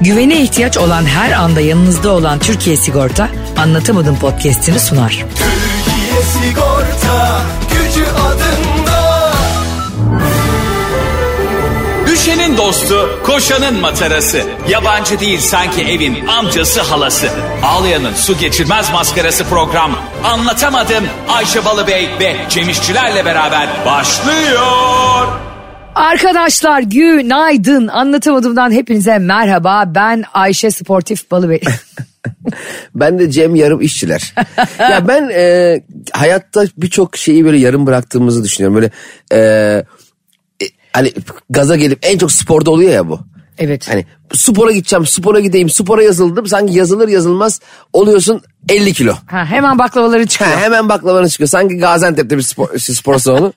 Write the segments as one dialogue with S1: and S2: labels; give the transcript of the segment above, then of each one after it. S1: Güvene ihtiyaç olan her anda yanınızda olan Türkiye Sigorta Anlatamadım podcast'ini sunar.
S2: Türkiye Sigorta Gücü adında
S3: Düşenin dostu, koşanın matarası. Yabancı değil sanki evin amcası halası. Ağlayanın su geçirmez maskarası program. Anlatamadım Ayşe Balıbey ve Cemişçilerle beraber başlıyor.
S1: Arkadaşlar günaydın. Anlatamadımdan hepinize merhaba. Ben Ayşe Sportif Balıbey.
S4: Ben de Cem yarım işçiler. ya ben e, hayatta birçok şeyi böyle yarım bıraktığımızı düşünüyorum. Böyle e, e, hani gaza gelip en çok sporda oluyor ya bu.
S1: Evet.
S4: Hani spora gideceğim, spora gideyim, spora yazıldım. Sanki yazılır yazılmaz oluyorsun 50 kilo.
S1: Ha, hemen baklavaları
S4: Ha,
S1: çıkıyor.
S4: hemen baklavanı çıkıyor. Sanki Gaziantep'te bir spor, spor salonu.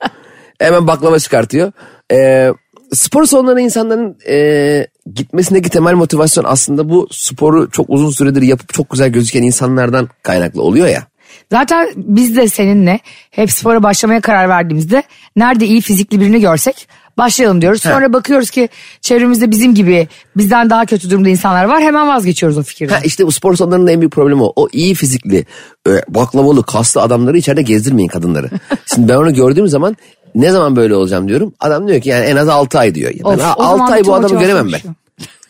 S4: hemen baklava çıkartıyor. E, spor salonlarına insanların e, gitmesindeki temel motivasyon aslında bu sporu çok uzun süredir yapıp çok güzel gözüken insanlardan kaynaklı oluyor ya.
S1: Zaten biz de seninle hep spora başlamaya karar verdiğimizde nerede iyi fizikli birini görsek başlayalım diyoruz. Sonra bakıyoruz ki çevremizde bizim gibi bizden daha kötü durumda insanlar var hemen vazgeçiyoruz o fikirden.
S4: Ha işte bu spor salonlarının en büyük problemi o. O iyi fizikli, e, baklavalı, kaslı adamları içeride gezdirmeyin kadınları. Şimdi ben onu gördüğüm zaman ne zaman böyle olacağım diyorum. Adam diyor ki yani en az 6 ay diyor. Ya
S1: Of,
S4: ben
S1: o zaman
S4: 6 ay
S1: bütün
S4: bu adamı
S1: motivasyon
S4: göremem ben.
S1: düşüyor.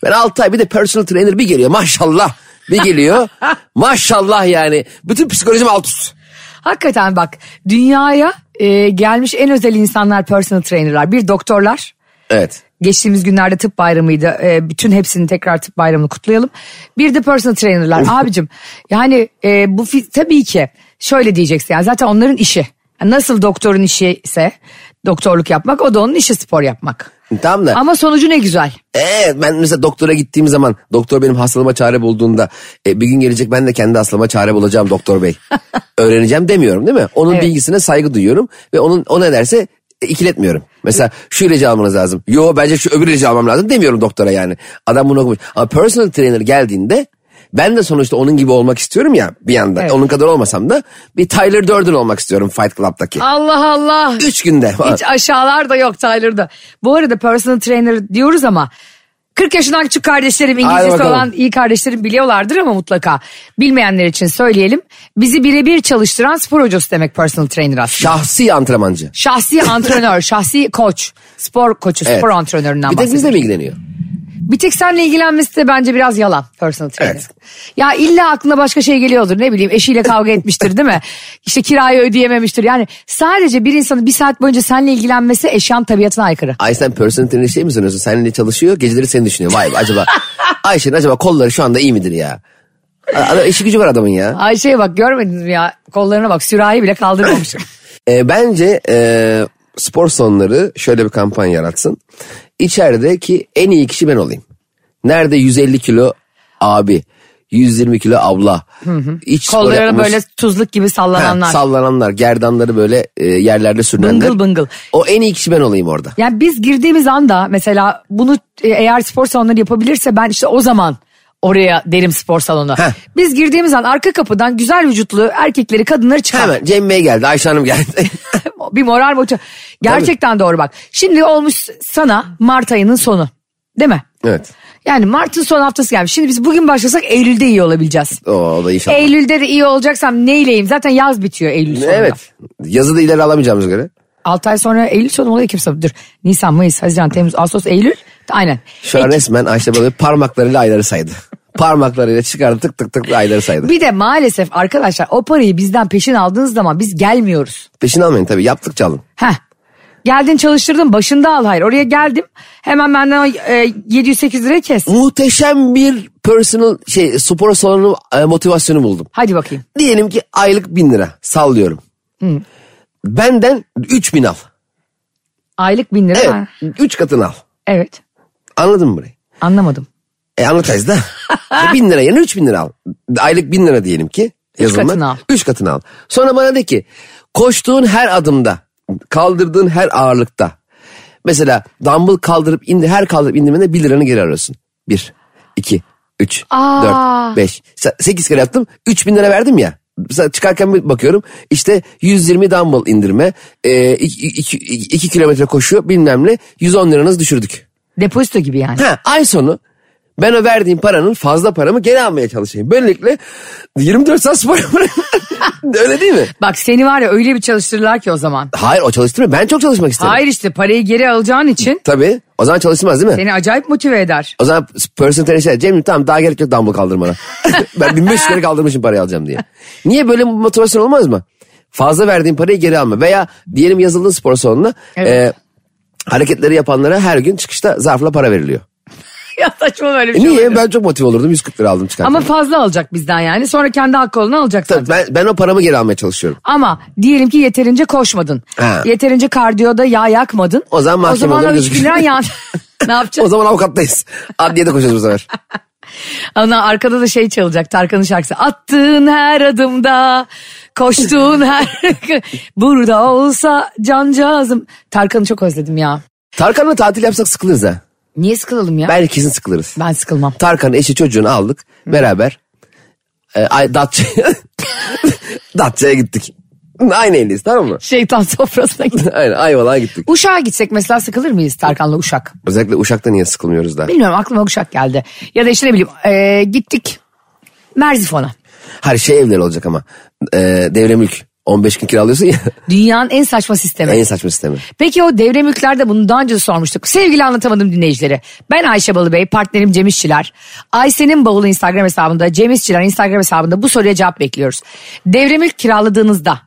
S4: Ben 6 ay bir de personal trainer bir geliyor maşallah. Bir geliyor maşallah yani. Bütün psikolojim alt üst.
S1: Hakikaten bak dünyaya e, gelmiş en özel insanlar personal trainerlar. Bir doktorlar.
S4: Evet.
S1: Geçtiğimiz günlerde tıp bayramıydı. E, bütün hepsini tekrar tıp bayramını kutlayalım. Bir de personal trainerlar. Abicim yani e, bu fi- tabii ki şöyle diyeceksin. Yani zaten onların işi. Yani nasıl doktorun işi ise doktorluk yapmak o da onun işi spor yapmak.
S4: Tamam da
S1: Ama sonucu ne güzel.
S4: Evet Ee, ben mesela doktora gittiğim zaman doktor benim hastalığıma çare bulduğunda e, bir gün gelecek ben de kendi hastalığıma çare bulacağım doktor bey. Öğreneceğim demiyorum değil mi? Onun
S1: Evet.
S4: bilgisine saygı duyuyorum ve onun o ne derse e, ikiletmiyorum. Mesela şu ilacı almanız lazım. Yo bence şu öbür ilacı almam lazım demiyorum doktora yani. Adam bunu okumuş. Ama personal trainer geldiğinde ben de sonuçta onun gibi olmak istiyorum ya bir yandan.
S1: Evet.
S4: Onun kadar olmasam da bir Tyler Durden olmak istiyorum Fight Club'daki.
S1: Allah Allah.
S4: Üç günde. falan.
S1: Hiç aşağılar da yok Tyler'da. Bu arada personal trainer diyoruz ama 40 yaşından küçük kardeşlerim
S4: Hadi
S1: İngilizcesi
S4: bakalım.
S1: olan iyi kardeşlerim biliyorlardır ama mutlaka. Bilmeyenler için söyleyelim. Bizi birebir çalıştıran spor hocası demek personal trainer aslında.
S4: Şahsi antrenmancı.
S1: Şahsi antrenör, şahsi koç, spor koçu,
S4: Evet.
S1: spor antrenöründen
S4: Bir tek
S1: bahsediyoruz.
S4: bizle mi ilgileniyor?
S1: Bir tek seninle ilgilenmesi de bence biraz yalan personal trainer.
S4: Evet.
S1: Ya illa aklına başka şey geliyordur ne bileyim eşiyle kavga etmiştir değil mi? İşte kirayı ödeyememiştir. Yani sadece bir insanın bir saat boyunca seninle ilgilenmesi eşyan tabiatına aykırı.
S4: Ay sen personal trainer şey mi sanıyorsun? Seninle çalışıyor, geceleri seni düşünüyor. Vay be, acaba Ayşe'nin acaba kolları şu anda iyi midir ya? Adam, işi gücü var adamın ya.
S1: Ayşe'ye şey bak görmediniz mi ya? Kollarına bak sürahi bile kaldırmamış.
S4: Ee, bence e, spor salonları şöyle bir kampanya yaratsın. İçerideki en iyi kişi ben olayım. Nerede 150 kilo abi, 120 kilo abla. iç spor
S1: Kollarına
S4: yapmış-
S1: böyle tuzluk gibi
S4: Ha,
S1: sallananlar.
S4: sallananlar, gerdanları böyle e, yerlerde sürünenler.
S1: Bıngıl bıngıl.
S4: O en iyi kişi ben olayım orada.
S1: yani biz girdiğimiz anda mesela bunu e, eğer spor salonları yapabilirse ben işte o zaman oraya derim spor salonu.
S4: Heh.
S1: Biz girdiğimiz an arka kapıdan güzel vücutlu erkekleri kadınları çıkar.
S4: Hemen Cem Bey geldi, Ayşe Hanım geldi.
S1: bir moral boçu. Gerçekten doğru bak. Şimdi olmuş sana Mart ayının sonu. Değil mi?
S4: evet.
S1: Yani Mart'ın son haftası gelmiş. Şimdi biz bugün başlasak Eylül'de iyi olabileceğiz.
S4: O, o da inşallah.
S1: Eylül'de de iyi olacaksam neyleyim? Zaten yaz bitiyor Eylül sonunda.
S4: Evet. Yazı da ileri alamayacağımız göre.
S1: 6 ay sonra Eylül sonu oluyor kimse. Dur. Nisan, Mayıs, Haziran, Temmuz, Ağustos, Eylül. Aynen.
S4: Şu an resmen Ayşe Balıbey parmaklarıyla ayları saydı. parmaklarıyla çıkardı tık tık tık ayları saydı.
S1: Bir de maalesef arkadaşlar o parayı bizden peşin aldığınız zaman biz gelmiyoruz.
S4: Peşini almayın tabii yaptıkça alın.
S1: Heh. Geldin çalıştırdın başında al hayır. Oraya geldim hemen benden e, 708 lira kes.
S4: Muhteşem bir personal şey spor salonu e, motivasyonu buldum.
S1: Hadi bakayım.
S4: Diyelim ki aylık bin lira sallıyorum. Benden üç bin al.
S1: Aylık bin lira.
S4: Evet.
S1: var.
S4: Üç katını al.
S1: Evet.
S4: Anladın mı burayı?
S1: Anlamadım.
S4: E anlatayız da. E, bin lira yerine üç bin lira al. Aylık bin lira diyelim ki. yazılımı.
S1: katını al.
S4: Üç katını al. Sonra bana de ki koştuğun her adımda kaldırdığın her ağırlıkta. Mesela dumbbell kaldırıp indi her kaldırıp indirmene bir liranı geri arıyorsun. Bir, iki, üç,
S1: Aa.
S4: dört, beş. se- Sekiz kere yaptım. Üç bin lira verdim ya. Mesela çıkarken bir bakıyorum işte 120 dumbbell indirme, e, 2 kilometre koşu bilmem ne 110 liranızı düşürdük.
S1: Depozito gibi yani.
S4: Ha, ay sonu Ben o verdiğim paranın fazla paramı geri almaya çalışayım. Böylelikle 24 saat spor yaparım. Öyle değil mi?
S1: Bak seni var ya öyle bir çalıştırırlar ki o zaman.
S4: Hayır o çalıştırmıyor. Ben çok çalışmak isterim.
S1: Hayır işte parayı geri alacağın için
S4: Tabii. O zaman çalıştırmaz değil mi?
S1: seni acayip motive eder.
S4: O zaman person tennis şey Cem'ciğim tamam daha gerek yok dumbbell kaldırmana. ben 1500 kere kaldırmışım parayı alacağım diye. Niye böyle bir motivasyon olmaz mı? Fazla verdiğin parayı geri alma. Veya diyelim yazıldın spor salonuna.
S1: Evet.
S4: e, hareketleri yapanlara her gün çıkışta zarfla para veriliyor.
S1: ya saçma böyle bir
S4: E
S1: şey
S4: niye?
S1: olabilir.
S4: Ben çok motive olurdum. 140 lira aldım çıkarttım.
S1: Ama fazla alacak bizden yani. Sonra kendi hakkı olanı alacak zaten.
S4: Tabii ben, ben o paramı geri almaya çalışıyorum.
S1: Ama diyelim ki yeterince koşmadın.
S4: Ha.
S1: Yeterince kardiyoda yağ yakmadın.
S4: O zaman mahkeme
S1: O zaman
S4: olarak
S1: o üç bin
S4: gözüküyor.
S1: lira yağ... ne
S4: O
S1: yapacaksın?
S4: zaman avukattayız. Adliyede koşuyoruz bu sefer.
S1: Ana arkada da şey çalacak Tarkan'ın şarkısı. Attığın her adımda koştuğun her... Burada olsa cancağızım. Tarkan'ı çok özledim ya.
S4: Tarkan'la tatil yapsak sıkılırız ha.
S1: Niye sıkılalım ya? Ben,
S4: Ben kesin sıkılırız.
S1: sıkılmam.
S4: Tarkan'ın eşi çocuğunu aldık beraber. E, ay, Datça'ya Datça'ya gittik. Aynı eldeyiz tamam mı?
S1: Şeytan sofrasına git.
S4: Aynen Ayvalık'a gittik.
S1: Uşak'a gitsek mesela sıkılır mıyız Tarkan'la Uşak?
S4: Özellikle Uşak'ta niye sıkılmıyoruz daha?
S1: Bilmiyorum aklıma Uşak geldi. Ya da işte ne bileyim ee, gittik Merzifon'a.
S4: Her şey evler olacak ama. E, devre mülk. 15 gün kiralıyorsun ya.
S1: Dünyanın en saçma sistemi.
S4: en saçma sistemi.
S1: Peki o devre mülklerde bunu daha önce de sormuştuk. Sevgili anlatamadım dinleyicilere. Ben Ayşe Balıbey, partnerim Cem İşçiler. Ayşe'nin bavulu Instagram hesabında, Cem İşçiler Instagram hesabında bu soruya cevap bekliyoruz. Devre mülk kiraladığınızda.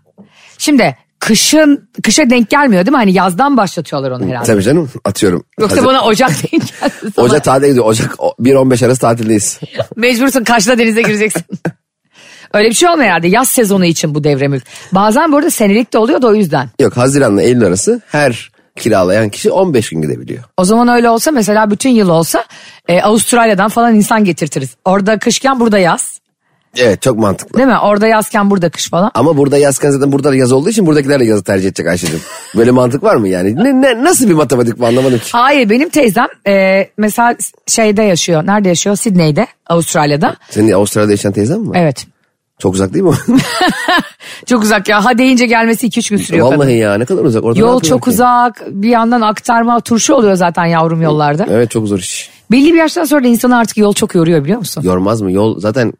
S1: Şimdi kışın kışa denk gelmiyor değil mi? Hani yazdan başlatıyorlar onu herhalde.
S4: Tabii canım atıyorum.
S1: Yoksa
S4: Hazır-
S1: bana Ocak denk geldi. sana.
S4: Ocak tatile gidiyor. Ocak o- 1-15 arası tatildeyiz.
S1: Mecbursun Kaş'la denize gireceksin. Öyle bir şey olmuyor herhalde yaz sezonu için bu devre mülk. Bazen bu arada senelik de oluyor da o yüzden.
S4: Yok Haziran'la Eylül arası her kiralayan kişi 15 gün gidebiliyor.
S1: O zaman öyle olsa mesela bütün yıl olsa e, Avustralya'dan falan insan getirtiriz. Orada kışken burada yaz.
S4: Evet çok mantıklı.
S1: Değil mi? Orada yazken burada kış falan.
S4: Ama burada yazken zaten burada da yaz olduğu için buradakiler de yazı tercih edecek Ayşe'cim. Böyle mantık var mı yani? Ne, ne- nasıl bir matematik bu anlamadım ki.
S1: Hayır benim teyzem e, mesela şeyde yaşıyor. Nerede yaşıyor? Sydney'de, Avustralya'da.
S4: Senin Avustralya'da yaşayan teyzen mi var?
S1: Evet.
S4: Çok uzak değil mi?
S1: Çok uzak ya. Ha deyince gelmesi iki üç gün sürüyor. kadın.
S4: Vallahi ya ne kadar uzak. Orada ne
S1: Yol
S4: yapıyorlar
S1: çok
S4: ki?
S1: uzak. Bir yandan aktarma turşu oluyor zaten yavrum yollarda.
S4: Evet çok zor iş.
S1: Belli bir yaştan sonra da insanı artık yol çok yoruyor biliyor musun?
S4: Yormaz mı? Yol zaten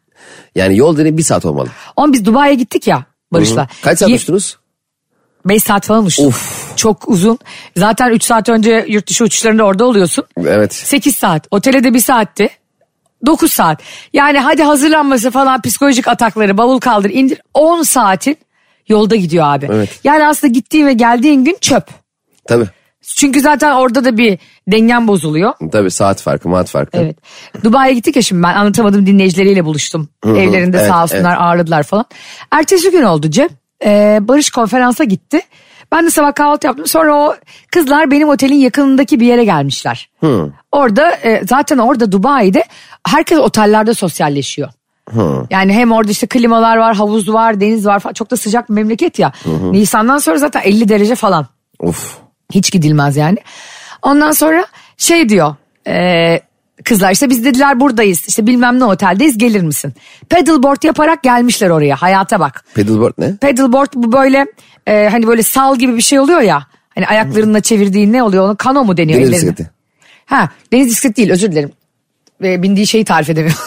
S4: yani yol dediğin bir saat olmalı.
S1: Oğlum biz Dubai'ye gittik ya Barış'la.
S4: Kaç saat
S1: Ye-
S4: uçtunuz?
S1: 5 saat falan uçtum.
S4: Of.
S1: Çok uzun. Zaten 3 saat önce yurt dışı uçuşlarında orada oluyorsun.
S4: Evet.
S1: 8 saat. Otele de 1 saatti. 9 saat. Yani hadi hazırlanması falan psikolojik atakları bavul kaldır indir. 10 saatin yolda gidiyor abi.
S4: Evet.
S1: Yani aslında gittiğin ve geldiğin gün çöp.
S4: Tabii.
S1: Çünkü zaten orada da bir dengen bozuluyor.
S4: Tabii saat farkı, maat farkı.
S1: Evet. Dubai'ye gittik ya şimdi ben anlatamadım dinleyicileriyle buluştum. Evlerinde
S4: evet,
S1: sağ olsunlar ağırladılar falan. Ertesi gün oldu Cem. Ee, Barış konferansa gitti. Ben de sabah kahvaltı yaptım. Sonra o kızlar benim otelin yakınındaki bir yere gelmişler. Orada e, zaten orada Dubai'de herkes otellerde sosyalleşiyor. Yani hem orada işte klimalar var, havuz var, deniz var falan. Çok da sıcak bir memleket ya. Nisan'dan sonra zaten 50 derece falan.
S4: Of.
S1: Hiç gidilmez yani. Ondan sonra şey diyor. e, kızlar işte biz dediler buradayız. İşte bilmem ne oteldeyiz gelir misin? Paddleboard yaparak gelmişler oraya. Hayata bak.
S4: Pedalboard ne?
S1: Paddleboard bu böyle e, hani böyle sal gibi bir şey oluyor ya. Hani ayaklarınla çevirdiğin ne oluyor? Onu kano mu deniyor?
S4: Deniz
S1: ellerine?
S4: bisikleti.
S1: Ha deniz bisikleti değil özür dilerim. E, bindiği şeyi tarif edemiyorum.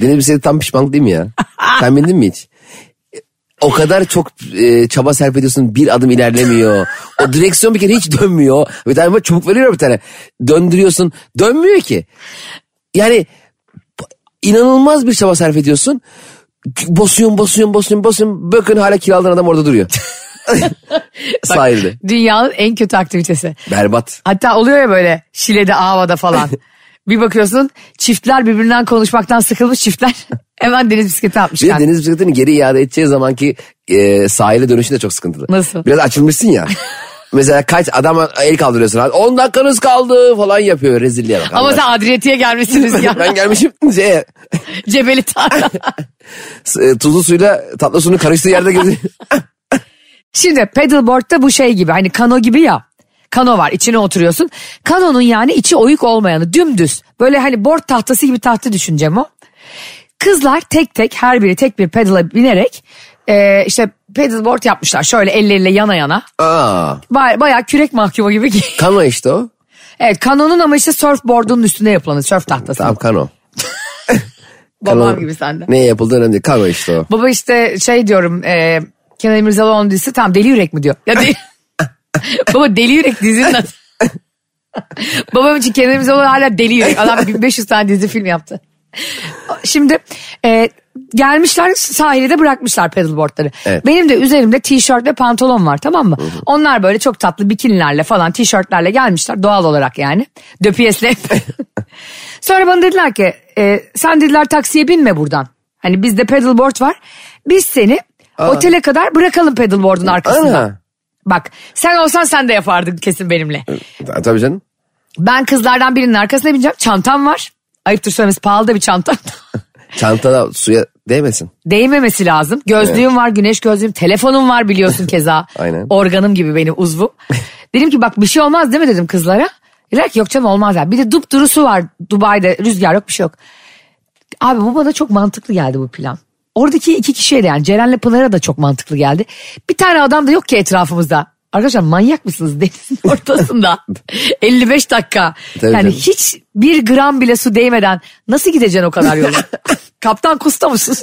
S4: Deniz bisikleti tam pişmanlık değil mi ya? Sen bindin mi hiç? O kadar çok e, çaba sarf ediyorsun bir adım ilerlemiyor. O direksiyon bir kere hiç dönmüyor. Bir tane böyle çubuk veriyor bir tane. Döndürüyorsun dönmüyor ki. Yani inanılmaz bir çaba sarf ediyorsun. Basıyorsun basıyorsun basıyorsun basıyorsun. Bakın hala kiraladığın adam orada duruyor. Sahilde.
S1: Dünyanın en kötü aktivitesi.
S4: Berbat.
S1: Hatta oluyor ya böyle Şile'de Ava'da falan. bir bakıyorsun çiftler birbirinden konuşmaktan sıkılmış çiftler. Hemen deniz bisikleti
S4: Bir de
S1: atmışlar.
S4: deniz bisikletini geri iade edeceği zamanki e, sahile dönüşü de çok sıkıntılı.
S1: Nasıl?
S4: Biraz açılmışsın ya. Mesela kaç adam el kaldırıyorsun. 10 dakikanız kaldı falan yapıyor rezilliğe bak.
S1: Ama
S4: Allah
S1: sen Adriyatik'e gelmişsiniz
S4: aşkına.
S1: ya.
S4: ben gelmişim şey,
S1: Cebeli Tarla.
S4: s- e, tuzlu suyla tatlı suyun karıştığı yerde geziyor.
S1: Şimdi paddleboard'da bu şey gibi hani kano gibi ya. Kano var içine oturuyorsun. Kanonun yani içi oyuk olmayanı dümdüz. Böyle hani board tahtası gibi tahtı düşüneceğim o. Kızlar tek tek her biri tek bir pedala binerek e, işte paddleboard yapmışlar. Şöyle elleriyle yana yana.
S4: Aa,
S1: Baya, bayağı kürek mahkumu gibi
S4: kano işte o.
S1: Evet kanonun ama işte surfboard'un üstüne yapılanı surf tahtası.
S4: Tamam kano.
S1: Babam
S4: Kanal-
S1: gibi sende.
S4: Neye yapıldığı önemli değil. Kanal işte o.
S1: Baba işte şey diyorum e, Kenan İmirzalıoğlu dizisi tam deli yürek mi diyor. Ya deli, baba deli yürek dizinin adı. Babam için Kenan İmirzalıoğlu hala deli yürek. Adam 1500 tane dizi film yaptı. Şimdi e, gelmişler sahile de bırakmışlar paddleboardları.
S4: Evet.
S1: Benim de üzerimde tişört ve pantolon var tamam mı? Onlar böyle çok tatlı bikinilerle falan tişörtlerle gelmişler doğal olarak yani. Döpiyesle. Sonra bana dediler ki e, sen dediler taksiye binme buradan. Hani bizde pedalboard var. Biz seni otele kadar bırakalım pedalboard'un arkasında.
S4: Ana.
S1: Bak sen olsan sen de yapardın kesin benimle.
S4: Ta- Tabii canım.
S1: Ben kızlardan birinin arkasına bineceğim. Çantam var. Ayıptır söylemesi pahalı da bir çantam.
S4: Çantada suya değmesin.
S1: Değmemesi lazım. Gözlüğüm var, güneş gözlüğüm, telefonum var biliyorsun keza.
S4: Aynen.
S1: Organım gibi benim uzvum. dedim ki bak bir şey olmaz değil mi dedim kızlara. Dediler ki yok canım olmaz ya. Bir de dupduru su var Dubai'de rüzgar yok bir şey yok. Abi bu bana çok mantıklı geldi bu plan. Oradaki iki kişiye de yani Ceren'le Pınar'a da çok mantıklı geldi. Bir tane adam da yok ki etrafımızda. Arkadaşlar manyak mısınız denizin ortasında? 55 dakika.
S4: Tabii
S1: yani
S4: canım.
S1: hiç bir gram bile su değmeden nasıl gideceksin o kadar yolu? Kaptan kusta mısın?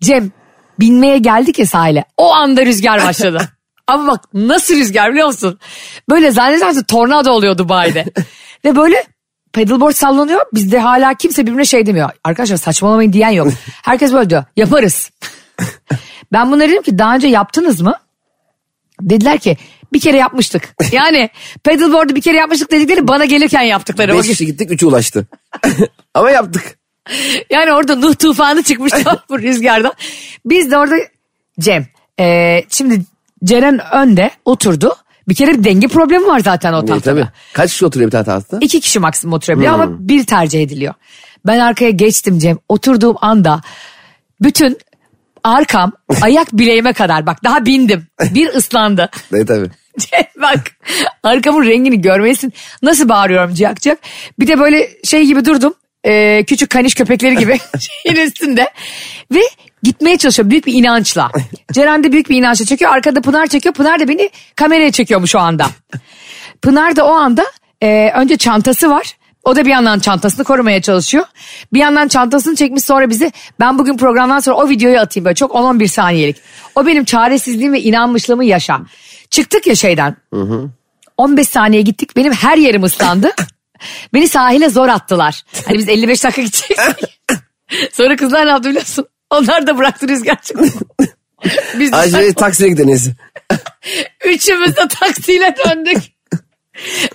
S1: Cem binmeye geldik ya sahile. O anda rüzgar başladı. Ama bak nasıl rüzgar biliyor musun? Böyle zannedersin tornado oluyor Dubai'de. Ve böyle paddleboard sallanıyor. Bizde hala kimse birbirine şey demiyor. Arkadaşlar saçmalamayın diyen yok. Herkes böyle diyor. Yaparız. ben bunları dedim ki daha önce yaptınız mı? Dediler ki bir kere yapmıştık. Yani paddleboard'u bir kere yapmıştık dedikleri bana gelirken yaptıkları. O
S4: Beş kişi gittik üçü ulaştı. Ama yaptık.
S1: yani orada Nuh tufanı çıkmıştı bu rüzgardan. Biz de orada Cem. e, şimdi Ceren önde oturdu. Bir kere bir denge problemi var zaten o
S4: Tabii,
S1: tahtada.
S4: E, tabii. Hmm. Kaç kişi oturuyor bir tane tahtada?
S1: İki kişi maksimum oturabiliyor ama bir tercih ediliyor. Ben arkaya geçtim Cem. Oturduğum anda bütün arkam ayak bileğime kadar bak daha bindim. Bir ıslandı.
S4: Evet E, tabii.
S1: Cem bak arkamın rengini görmeyesin. Nasıl bağırıyorum cıyak cıyak. Bir de böyle şey gibi durdum. Ee, küçük kaniş köpekleri gibi şeyin üstünde. Ve gitmeye çalışıyorum büyük bir inançla. Ceren de büyük bir inançla çekiyor. Arkada Pınar çekiyor. Pınar da beni kameraya çekiyormuş o anda. Pınar da o anda e, önce çantası var. O da bir yandan çantasını korumaya çalışıyor. Bir yandan çantasını çekmiş sonra bizi ben bugün programdan sonra o videoyu atayım böyle çok 10-11 saniyelik. O benim çaresizliğim ve inanmışlığımı yaşa. Çıktık ya şeyden. 15 saniye gittik benim her yerim ıslandı. Beni sahile zor attılar. Hani biz 55 dakika gidecektik. sonra kızlar ne yaptı biliyorsun? Onlar da bıraktı rüzgar çıktı. biz
S4: Acele taksiye gideniz.
S1: Üçümüz de taksiyle döndük.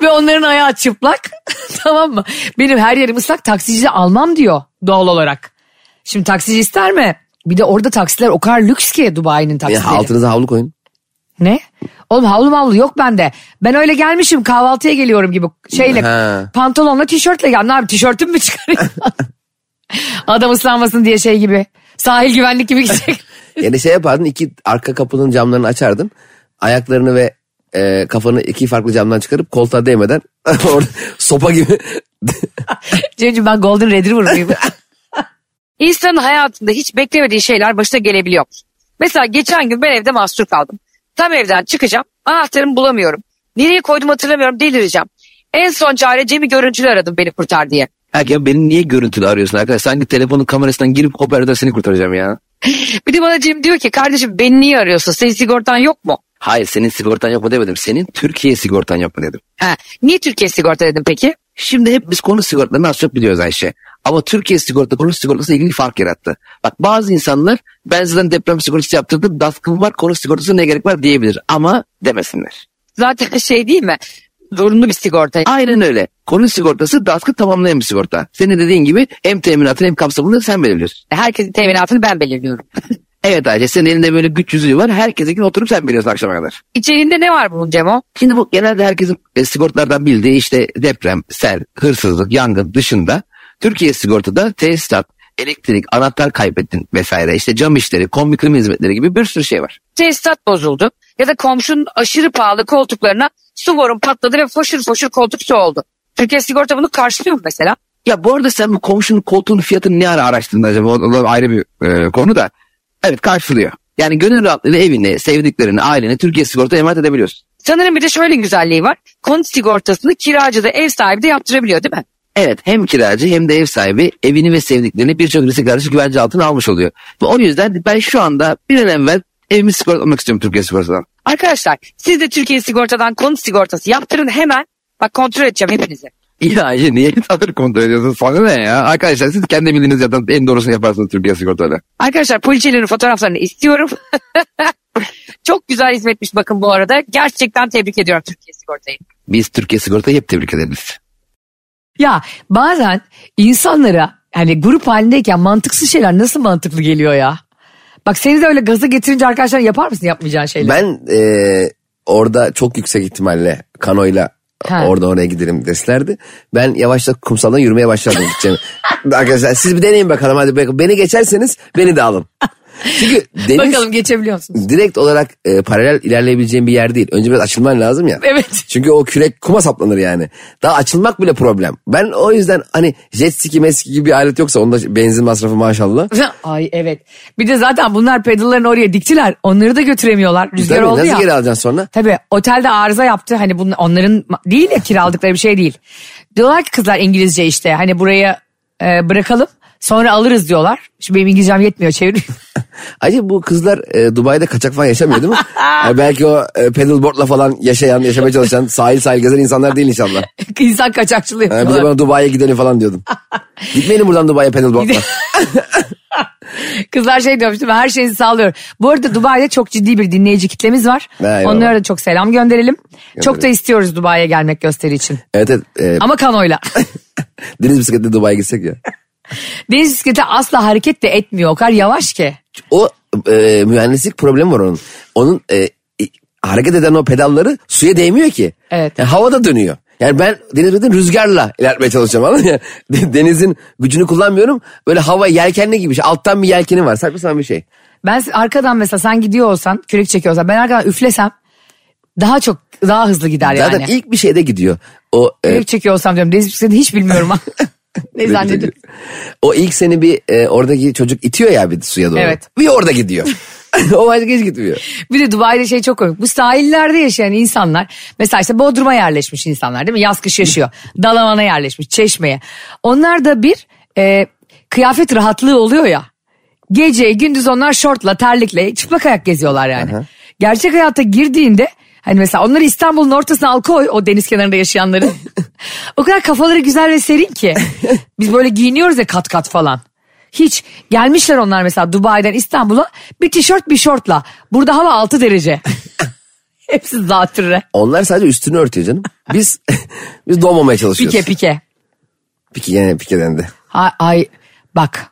S1: Ve onların ayağı çıplak. tamam mı? Benim her yerim ıslak taksici de almam diyor doğal olarak. Şimdi taksici ister mi? Bir de orada taksiler o kadar lüks ki Dubai'nin
S4: Ya,
S1: taksileri.
S4: altınıza havlu koyun.
S1: Ne? Oğlum havlu mavlu yok bende. Ben öyle gelmişim kahvaltıya geliyorum gibi şeyle
S4: Ha.
S1: pantolonla tişörtle geldim. Ne abi tişörtümü mü çıkarayım? Adam ıslanmasın diye şey gibi. Sahil güvenlik gibi gidecek.
S4: Yani şey yapardın iki arka kapının camlarını açardın. Ayaklarını ve e, kafanı iki farklı camdan çıkarıp koltuğa değmeden orada sopa gibi.
S1: Cemciğim ben Golden Retriever'ıyım.
S5: İnsanın hayatında hiç beklemediği şeyler başına gelebiliyor. Mesela geçen gün ben evde mahsur kaldım. Tam evden çıkacağım. Anahtarımı bulamıyorum. Nereye koydum hatırlamıyorum delireceğim. En son çare Cem'i görüntülü aradım beni kurtar diye.
S6: Erken beni niye görüntülü arıyorsun arkadaş? Sanki telefonun kamerasından girip hoparlörden seni kurtaracağım ya.
S5: Bir de bana Cem diyor ki kardeşim beni niye arıyorsun? Senin sigortan yok mu?
S6: Hayır senin sigortan yok mu demedim. Senin Türkiye sigortan yok mu dedim.
S5: Ha, niye Türkiye sigorta dedim peki?
S6: Şimdi hep biz konu sigortalarını az çok biliyoruz Ayşe. Ama Türkiye sigorta konu sigortası ilgili fark yarattı. Bak bazı insanlar ben zaten deprem sigortası yaptırdım. DASK'ım var konu sigortası ne gerek var diyebilir. Ama demesinler.
S5: Zaten şey değil mi? Zorunlu bir sigorta.
S6: Aynen öyle. Konu sigortası DASK'ı tamamlayan bir sigorta. Senin dediğin gibi hem teminatını hem kapsamını sen belirliyorsun.
S5: Herkesin teminatını ben belirliyorum.
S6: Evet Ayşe senin elinde böyle güç yüzüğü var. Herkesinkini oturup sen biliyorsun akşama kadar.
S5: İçeriğinde ne var bunun Cemo?
S6: Şimdi bu genelde herkesin e, sigortalardan bildiği işte deprem, sel, hırsızlık, yangın dışında Türkiye sigortada tesisat, elektrik, anahtar kaybettin vesaire işte cam işleri, kombi klima hizmetleri gibi bir sürü şey var.
S5: tesisat bozuldu ya da komşunun aşırı pahalı koltuklarına su borun patladı ve foşur foşur koltuk su oldu. Türkiye sigorta bunu karşılıyor mu mesela?
S6: Ya bu arada sen bu komşunun koltuğunun fiyatını ne ara araştırdın acaba? O, o da ayrı bir e, konu da. Evet karşılıyor. Yani gönül rahatlığıyla evini, sevdiklerini, aileni Türkiye sigorta emanet edebiliyorsun.
S5: Sanırım bir de şöyle güzelliği var. Konut sigortasını kiracı da ev sahibi de yaptırabiliyor değil mi?
S6: Evet hem kiracı hem de ev sahibi evini ve sevdiklerini birçok risk karşı güvence altına almış oluyor. Ve o yüzden ben şu anda bir an evvel evimi sigortalamak istiyorum Türkiye Sigortası'ndan.
S5: Arkadaşlar siz de Türkiye Sigorta'dan konut sigortası yaptırın hemen. Bak kontrol edeceğim hepinizi.
S6: Ya ya, niye tanır kontrol ediyorsunuz falan ne ya? Arkadaşlar siz kendi bildiğiniz yerden en doğrusunu yaparsınız Türkiye Sigorta'yla.
S5: Arkadaşlar poliçelerin fotoğraflarını istiyorum. Çok güzel hizmetmiş bakın bu arada. Gerçekten tebrik ediyorum Türkiye Sigorta'yı.
S6: Biz Türkiye Sigorta'yı hep tebrik ederiz.
S1: Ya bazen insanlara hani grup halindeyken mantıksız şeyler nasıl mantıklı geliyor ya? Bak seni de öyle gaza getirince arkadaşlar yapar mısın yapmayacağın şeyleri?
S4: Ben e, orada çok yüksek ihtimalle kanoyla
S1: Ha.
S4: orada oraya gidelim deselerdi. Ben yavaşça kumsaldan yürümeye başladım gideceğim. Arkadaşlar siz bir deneyin bakalım hadi bak- beni geçerseniz beni de alın. Çünkü deniz
S1: Bakalım geçebiliyor musunuz?
S4: direkt olarak e, paralel ilerleyebileceğin bir yer değil. Önce biraz açılman lazım ya.
S1: Evet.
S4: Çünkü o kürek kuma saplanır yani. Daha açılmak bile problem. Ben o yüzden hani jet ski meski gibi bir alet yoksa onda benzin masrafı maşallah.
S1: Ay evet. Bir de zaten bunlar pedallarını oraya diktiler. Onları da götüremiyorlar. Rüzgar
S4: Tabii,
S1: oldu
S4: nasıl
S1: ya.
S4: geri alacaksın sonra?
S1: Tabii otelde arıza yaptı. Hani bun, onların ma- değil ya kiraladıkları bir şey değil. Diyorlar ki kızlar İngilizce işte hani buraya e, bırakalım sonra alırız diyorlar. Şimdi benim İngilizcem yetmiyor çeviriyorum.
S4: Acaba bu kızlar e, Dubai'de kaçak falan yaşamıyor değil mi? Ya belki o e, pedalboardla falan yaşayan, yaşamaya çalışan, sahil sahil gezen insanlar değil inşallah.
S1: İnsan kaçakçılığı
S4: Ha, bir de
S1: yapıyorlar.
S4: bana Dubai'ye gidelim falan diyordum. Gitmeyelim buradan Dubai'ye pedalboardla.
S1: Kızlar şey diyormuş değil mi? Her şeyinizi sağlıyorum. Bu arada Dubai'de çok ciddi bir dinleyici kitlemiz var.
S4: Vay vay
S1: Onlara
S4: vay.
S1: da çok selam gönderelim. Çok da istiyoruz Dubai'ye gelmek gösteri için.
S4: evet evet. e,
S1: Ama kanoyla.
S4: deniz bisikletle Dubai'ye gitsek ya.
S1: Deniz bisikleti asla hareket de etmiyor. O kadar yavaş ki.
S4: O e, mühendislik problemi var onun. Onun e, e, hareket eden o pedalları suya değmiyor ki.
S1: Evet.
S4: Yani havada dönüyor. Yani ben deniz bisikletini rüzgarla ilerletmeye çalışacağım anladın mı? De- Denizin gücünü kullanmıyorum. Böyle hava yelkenli gibi. bir şey. Alttan bir yelkeni var. Saçma sapan bir şey.
S1: Ben s- arkadan mesela sen gidiyor olsan kürek çekiyor olsan ben arkadan üflesem daha çok daha hızlı gider
S4: Zaten
S1: yani. şey
S4: ilk bir şeyde gidiyor. O e,
S1: Kürek çekiyor olsam diyorum deniz bisikleti hiç bilmiyorum. ha. ne zannediyorsun?
S4: O ilk seni bir e, oradaki çocuk itiyor ya bir suya doğru.
S1: Evet.
S4: Bir orada gidiyor. o başka hiç gitmiyor.
S1: Bir de Dubai'de şey çok komik. Bu sahillerde yaşayan insanlar mesela işte Bodrum'a yerleşmiş insanlar değil mi? Yaz kış yaşıyor. Dalaman'a yerleşmiş, Çeşme'ye. Onlar da bir e, kıyafet rahatlığı oluyor ya. Gece gündüz onlar şortla, terlikle, çıplak ayak geziyorlar yani. Gerçek hayata girdiğinde hani mesela onları İstanbul'un ortasına al koy o deniz kenarında yaşayanların. o kadar kafaları güzel ve serin ki. Biz böyle giyiniyoruz ya kat kat falan. Hiç gelmişler onlar mesela Dubai'den İstanbul'a bir tişört bir şortla. Burada hava 6 derece. Hepsi zatürre.
S4: Onlar sadece üstünü örtüyor canım. Biz biz doğmamaya çalışıyoruz.
S1: Pike pike.
S4: Pike gene pike dendi.
S1: Ay, ay bak.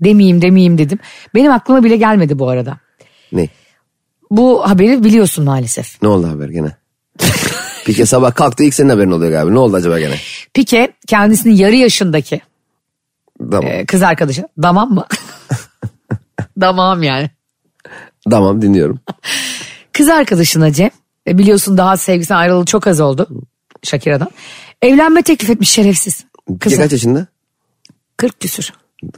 S1: demeyeyim demeyeyim dedim. Benim aklıma bile gelmedi bu arada.
S4: Ne?
S1: Bu haberi biliyorsun maalesef.
S4: Ne oldu haber gene? Pike sabah kalktı ilk senin haberin oluyor galiba. Ne oldu acaba gene?
S1: Pike kendisinin yarı yaşındaki
S4: Tamam.
S1: e, kız arkadaşı. Damam mı? Damam yani.
S4: Tamam dinliyorum.
S1: Kız arkadaşına Cem e, biliyorsun daha sevgisinden ayrılalı çok az oldu Shakira'dan. Evlenme teklif etmiş şerefsiz.
S4: Pike
S1: Kızı.
S4: kaç yaşında?
S1: 40 küsür.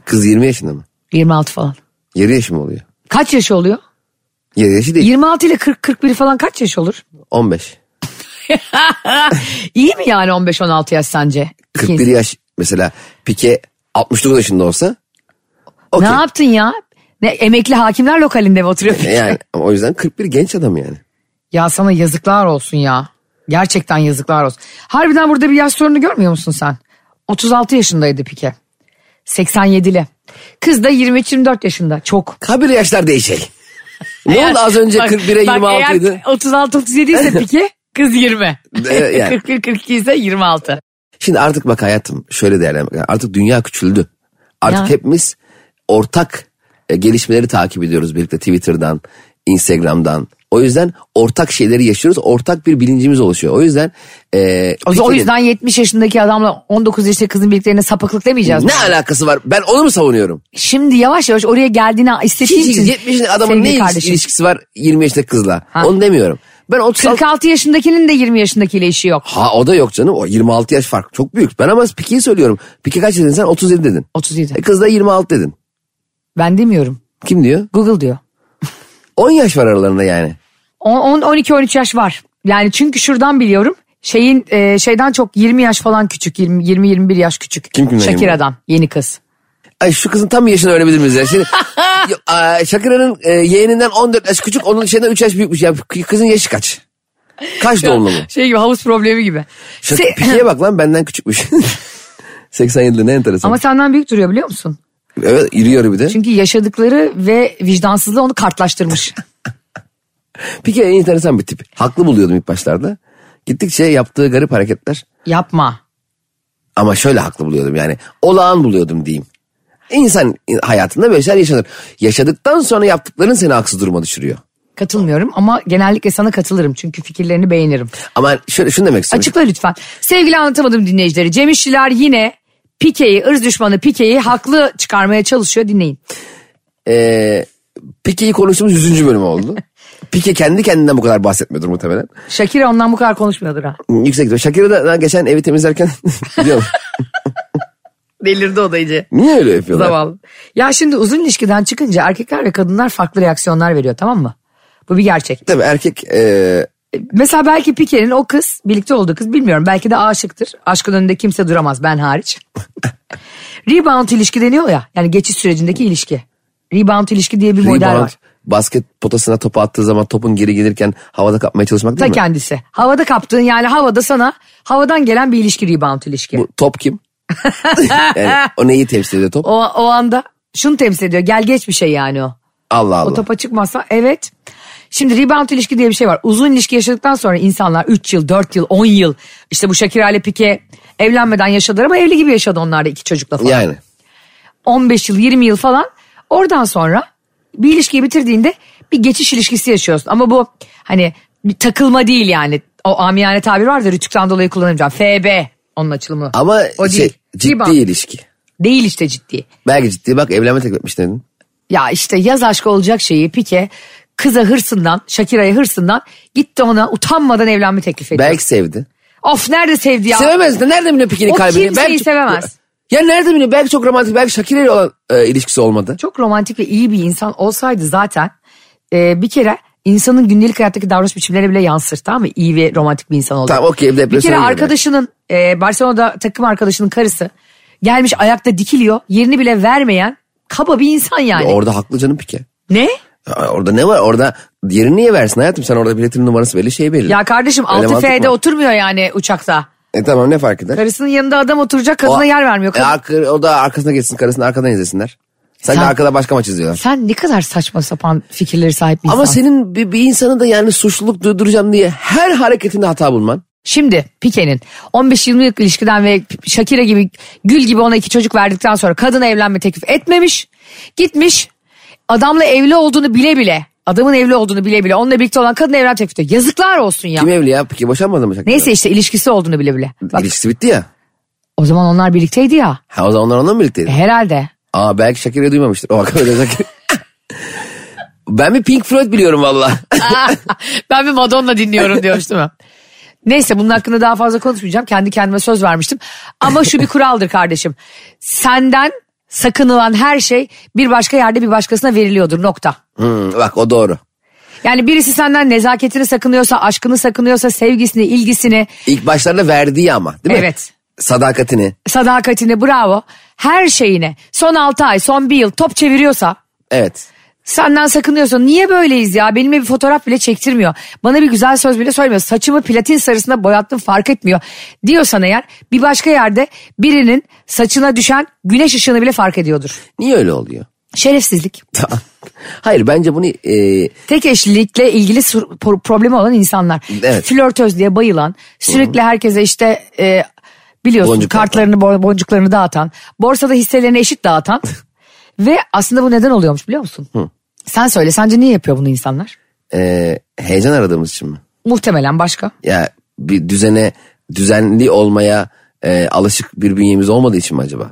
S4: Kız 20 yaşında mı?
S1: 26 falan.
S4: Yarı yaşı mı oluyor?
S1: Kaç yaş oluyor?
S4: Yarı yaşı değil.
S1: 26 ile 40 41 falan kaç yaş olur?
S4: 15.
S1: İyi mi yani 15 16 yaş sence?
S4: 41 yaş mesela Pike 69 yaşında olsa.
S1: Ne
S4: okey.
S1: yaptın ya? Ne emekli hakimler lokalinde mi oturuyor?
S4: E Yani ama o yüzden 41 genç adam yani.
S1: ya sana yazıklar olsun ya. Gerçekten yazıklar olsun. Harbiden burada bir yaş sorunu görmüyor musun sen? 36 yaşındaydı Pike. 87'li. Kız da 23-24 yaşında. Çok.
S4: Habire yaşlar değişecek. Ne oldu az önce
S1: Bak-
S4: 41'e
S1: bak
S4: 26 idi?
S1: eğer 36-37 ise Pike kız 20.
S4: Ee, yani.
S1: 41-42 ise 26.
S4: Şimdi artık bak hayatım şöyle değerlendirmek. lazım. Artık dünya küçüldü. Artık
S1: Ya.
S4: hepimiz ortak e, gelişmeleri takip ediyoruz birlikte Twitter'dan, Instagram'dan. O yüzden ortak şeyleri yaşıyoruz. Ortak bir bilincimiz oluşuyor. O yüzden... E,
S1: O, yüzden- o
S4: Pike'nin
S1: yüzden 70 yaşındaki adamla 19 yaşındaki kızın birliklerine sapıklık demeyeceğiz.
S4: Ne alakası var? Ben onu mu savunuyorum?
S1: Şimdi yavaş yavaş oraya geldiğini
S4: Hiç,
S1: istediğin için.
S4: 70 yaşındaki adamın
S1: sevgili
S4: ne ilgisi-
S1: kardeşim.
S4: ilişkisi var 20 yaşındaki kızla?
S1: Ha.
S4: Onu demiyorum. Ben 36...
S1: 46 yaşındakinin de 20 yaşındakiyle işi yok.
S4: Ha o da yok canım. O 26 yaş fark çok büyük. Ben ama Pike'yi söylüyorum. Pike kaç dedin sen? 37 dedin.
S1: 37.
S4: E, kız da 26 dedin.
S1: Ben demiyorum.
S4: Kim diyor?
S1: Google diyor.
S4: 10 yaş var aralarında yani.
S1: 10 12-13 yaş var. Yani çünkü şuradan biliyorum. şeyin e, şeyden çok 20 yaş falan küçük 20 20 21 yaş küçük.
S4: Kim kimden yirmi?
S1: Shakira'dan yeni kız.
S4: Ay şu kızın tam yaşını öğrenebilir miyiz ya? Şimdi, Ya, aa, Shakira'nın e, yeğeninden 14 yaş küçük, onun şeyinden 3 yaş büyükmüş. Ya k- kızın yaşı kaç? Kaç doğumlu bu?
S1: Şey gibi havuz problemi gibi.
S4: Şak-
S1: Se-
S4: Pique'ye bak lan benden küçükmüş. 87'de ne enteresan.
S1: Ama senden büyük duruyor biliyor musun?
S4: Evet yürüyor bir de.
S1: Çünkü yaşadıkları ve vicdansızlığı onu kartlaştırmış.
S4: Pique en enteresan bir tip. Haklı buluyordum ilk başlarda. Gittikçe yaptığı garip hareketler.
S1: Yapma.
S4: Ama şöyle haklı buluyordum yani. Olağan buluyordum diyeyim. İnsan hayatında böyle şeyler yaşanır. Yaşadıktan sonra yaptıkların seni haksız duruma düşürüyor.
S1: Katılmıyorum ama genellikle sana katılırım çünkü fikirlerini beğenirim.
S4: Ama şöyle şunu demek istiyorum.
S1: Açıkla lütfen. Sevgili anlatamadım dinleyicileri. Cem İşçiler yine Pike'yi, ırz düşmanı Pike'yi haklı çıkarmaya çalışıyor. Dinleyin.
S4: Ee, Pike'yi konuştuğumuz 100. bölüm oldu. Pike kendi kendinden bu kadar bahsetmiyordur muhtemelen.
S1: Shakira ondan bu kadar konuşmuyordur ha.
S4: Yüksek ihtimal. Shakira da lan geçen evi temizlerken biliyor musun?
S1: Delirdi o da iyice.
S4: Niye öyle yapıyorlar?
S1: Zavallı. Ya şimdi uzun ilişkiden çıkınca erkekler ve kadınlar farklı reaksiyonlar veriyor tamam mı? Bu bir gerçek.
S4: Tabii erkek e,
S1: Mesela belki Pike'nin o kız, birlikte olduğu kız bilmiyorum. Belki de aşıktır. Aşkın önünde kimse duramaz ben hariç. Rebound ilişki deniyor ya. Yani geçiş sürecindeki ilişki. Rebound ilişki diye bir model
S4: rebound
S1: var.
S4: basket potasına topu attığı zaman topun geri gelirken havada kapmaya çalışmak
S1: Ta
S4: değil mi?
S1: kendisi. Havada kaptığın yani havada sana havadan gelen bir ilişki rebound ilişki.
S4: Bu top kim? yani o neyi temsil ediyor top?
S1: O, o anda şunu temsil ediyor. Gel geç bir şey yani o.
S4: Allah
S1: O
S4: Allah.
S1: topa çıkmazsa evet. Şimdi rebound ilişki diye bir şey var. Uzun ilişki yaşadıktan sonra insanlar 3 yıl, 4 yıl, 10 yıl işte bu Shakira ile Pique evlenmeden yaşadılar ama evli gibi yaşadı onlar da iki çocukla falan.
S4: Yani.
S1: 15 yıl, 20 yıl falan. Oradan sonra bir ilişkiyi bitirdiğinde bir geçiş ilişkisi yaşıyorsun. Ama bu hani bir takılma değil yani. O amiyane tabir var da rütükten dolayı kullanacağım. FB onun açılımı.
S4: Ama
S1: o
S4: şey,
S1: değil.
S4: ciddi
S1: Rebound.
S4: ilişki.
S1: Değil işte ciddi.
S4: Belki ciddi bak evlenme teklif etmiş dedin.
S1: Ya işte yaz aşkı olacak şeyi Pike kıza hırsından, Shakira'ya hırsından gitti ona utanmadan evlenme teklif etti.
S4: Belki sevdi.
S1: Of nerede sevdi ya?
S4: Sevemez de nereden biliyor Piki'nin
S1: O
S4: kalbini?
S1: kimseyi
S4: Belki-
S1: sevemez.
S4: Ya nereden biliyor? Belki çok romantik, belki Shakira ile olan e, ilişkisi olmadı.
S1: Çok romantik ve iyi bir insan olsaydı zaten e, bir kere insanın gündelik hayattaki davranış biçimlerine bile yansır tamam mı? İyi ve romantik bir insan oldu.
S4: Tamam, okey,
S1: Bir
S4: depresyona
S1: kere
S4: girmek.
S1: arkadaşının e, Barcelona'da takım arkadaşının karısı gelmiş ayakta dikiliyor yerini bile vermeyen kaba bir insan yani.
S4: Orada haklı canım Pike.
S1: ne?
S4: Aa, Orada ne var? Orada yerini niye versin hayatım? Sen orada biletin numarası belli, şey belli.
S1: Ya kardeşim
S4: Öyle mantık
S1: 6F'de
S4: mı?
S1: oturmuyor yani uçakta.
S4: E tamam ne fark eder?
S1: Karısının yanında adam oturacak kadına
S4: O-
S1: yer vermiyor.
S4: E,
S1: Kadın-
S4: arka- o da arkasına geçsin, karısını arkadan izlesinler. Sanki
S1: Sen-
S4: arkada başka maç izliyorlar.
S1: Sen ne kadar saçma sapan fikirleri sahip bir
S4: Ama
S1: insansın.
S4: senin bir, bir insanı da yani suçluluk durduracağım diye her hareketinde hata bulman.
S1: Şimdi Pike'nin 15-20 yıllık ilişkiden ve Shakira gibi gül gibi ona iki çocuk verdikten sonra kadına evlenme teklif etmemiş. Gitmiş adamla evli olduğunu bile bile adamın evli olduğunu bile bile onunla birlikte olan kadına evlenme teklif ediyor. Yazıklar olsun ya.
S4: Kim evli ya? Pike boşanmadı mı Shakira?
S1: Neyse işte ilişkisi olduğunu bile bile. Bak
S4: İlişkisi bitti ya.
S1: o zaman onlar birlikteydi ya.
S4: Ha o zaman onlar onunla mı birlikteydi?
S1: E, herhalde.
S4: Aa belki Shakira'yı duymamıştır. O bak öyle Shakira. ben bir Pink Floyd biliyorum valla.
S1: ben bir Madonna dinliyorum diyormuş değil mi? Neyse bunun hakkında daha fazla konuşmayacağım. Kendi kendime söz vermiştim. Ama şu bir kuraldır kardeşim. Senden sakınılan her şey bir başka yerde bir başkasına veriliyordur nokta.
S4: Hmm, bak o doğru.
S1: Yani birisi senden nezaketini sakınıyorsa, aşkını sakınıyorsa, sevgisini, ilgisini,
S4: İlk başlarda verdiği ama değil mi?
S1: Evet.
S4: Sadakatini.
S1: sadakatini bravo her şeyine son 6 ay, son bir yıl top çeviriyorsa
S4: Evet.
S1: senden sakınıyorsa niye böyleyiz ya benimle bir fotoğraf bile çektirmiyor. Bana bir güzel söz bile söylemiyor. Saçımı platin sarısına boyattım fark etmiyor. Diyorsan eğer bir başka yerde birinin saçına düşen güneş ışığını bile fark ediyordur.
S4: Niye öyle oluyor?
S1: Şerefsizlik.
S4: Tamam. Hayır bence bunu e,
S1: Tek eşlilikle ilgili sur- pro- problemi olan insanlar.
S4: Evet.
S1: Flörtöz diye bayılan, sürekli herkese işte e, biliyorsun
S4: Boncuk
S1: kartlarını, bo- boncuklarını dağıtan, borsada hisselerini eşit dağıtan ve aslında bu neden oluyormuş biliyor musun? Sen söyle sence niye yapıyor bunu insanlar?
S4: e, heyecan aradığımız için mi?
S1: Muhtemelen başka.
S4: Ya bir düzene düzenli olmaya e, alışık bir bünyemiz olmadığı için mi acaba?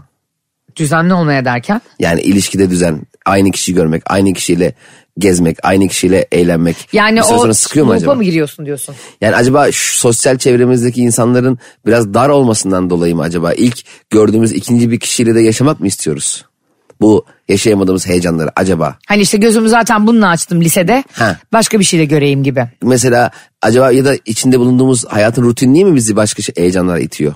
S1: Düzenli olmaya derken.
S4: Yani ilişkide düzen, aynı kişiyi görmek, aynı kişiyle gezmek, aynı kişiyle eğlenmek.
S1: Yani
S4: bir süre
S1: o
S4: sonra sıkıyor mu
S1: grupa
S4: acaba?
S1: mı giriyorsun diyorsun?
S4: Yani acaba şu sosyal çevremizdeki insanların biraz dar olmasından dolayı mı acaba? İlk gördüğümüz ikinci bir kişiyle de yaşamak mı istiyoruz? bu yaşayamadığımız heyecanları acaba?
S1: Hani işte gözümü zaten bununla açtım lisede.
S4: Ha.
S1: Başka bir şeyle göreyim gibi.
S4: Mesela acaba ya da içinde bulunduğumuz hayatın rutinliği mi bizi başka şey, heyecanlara itiyor?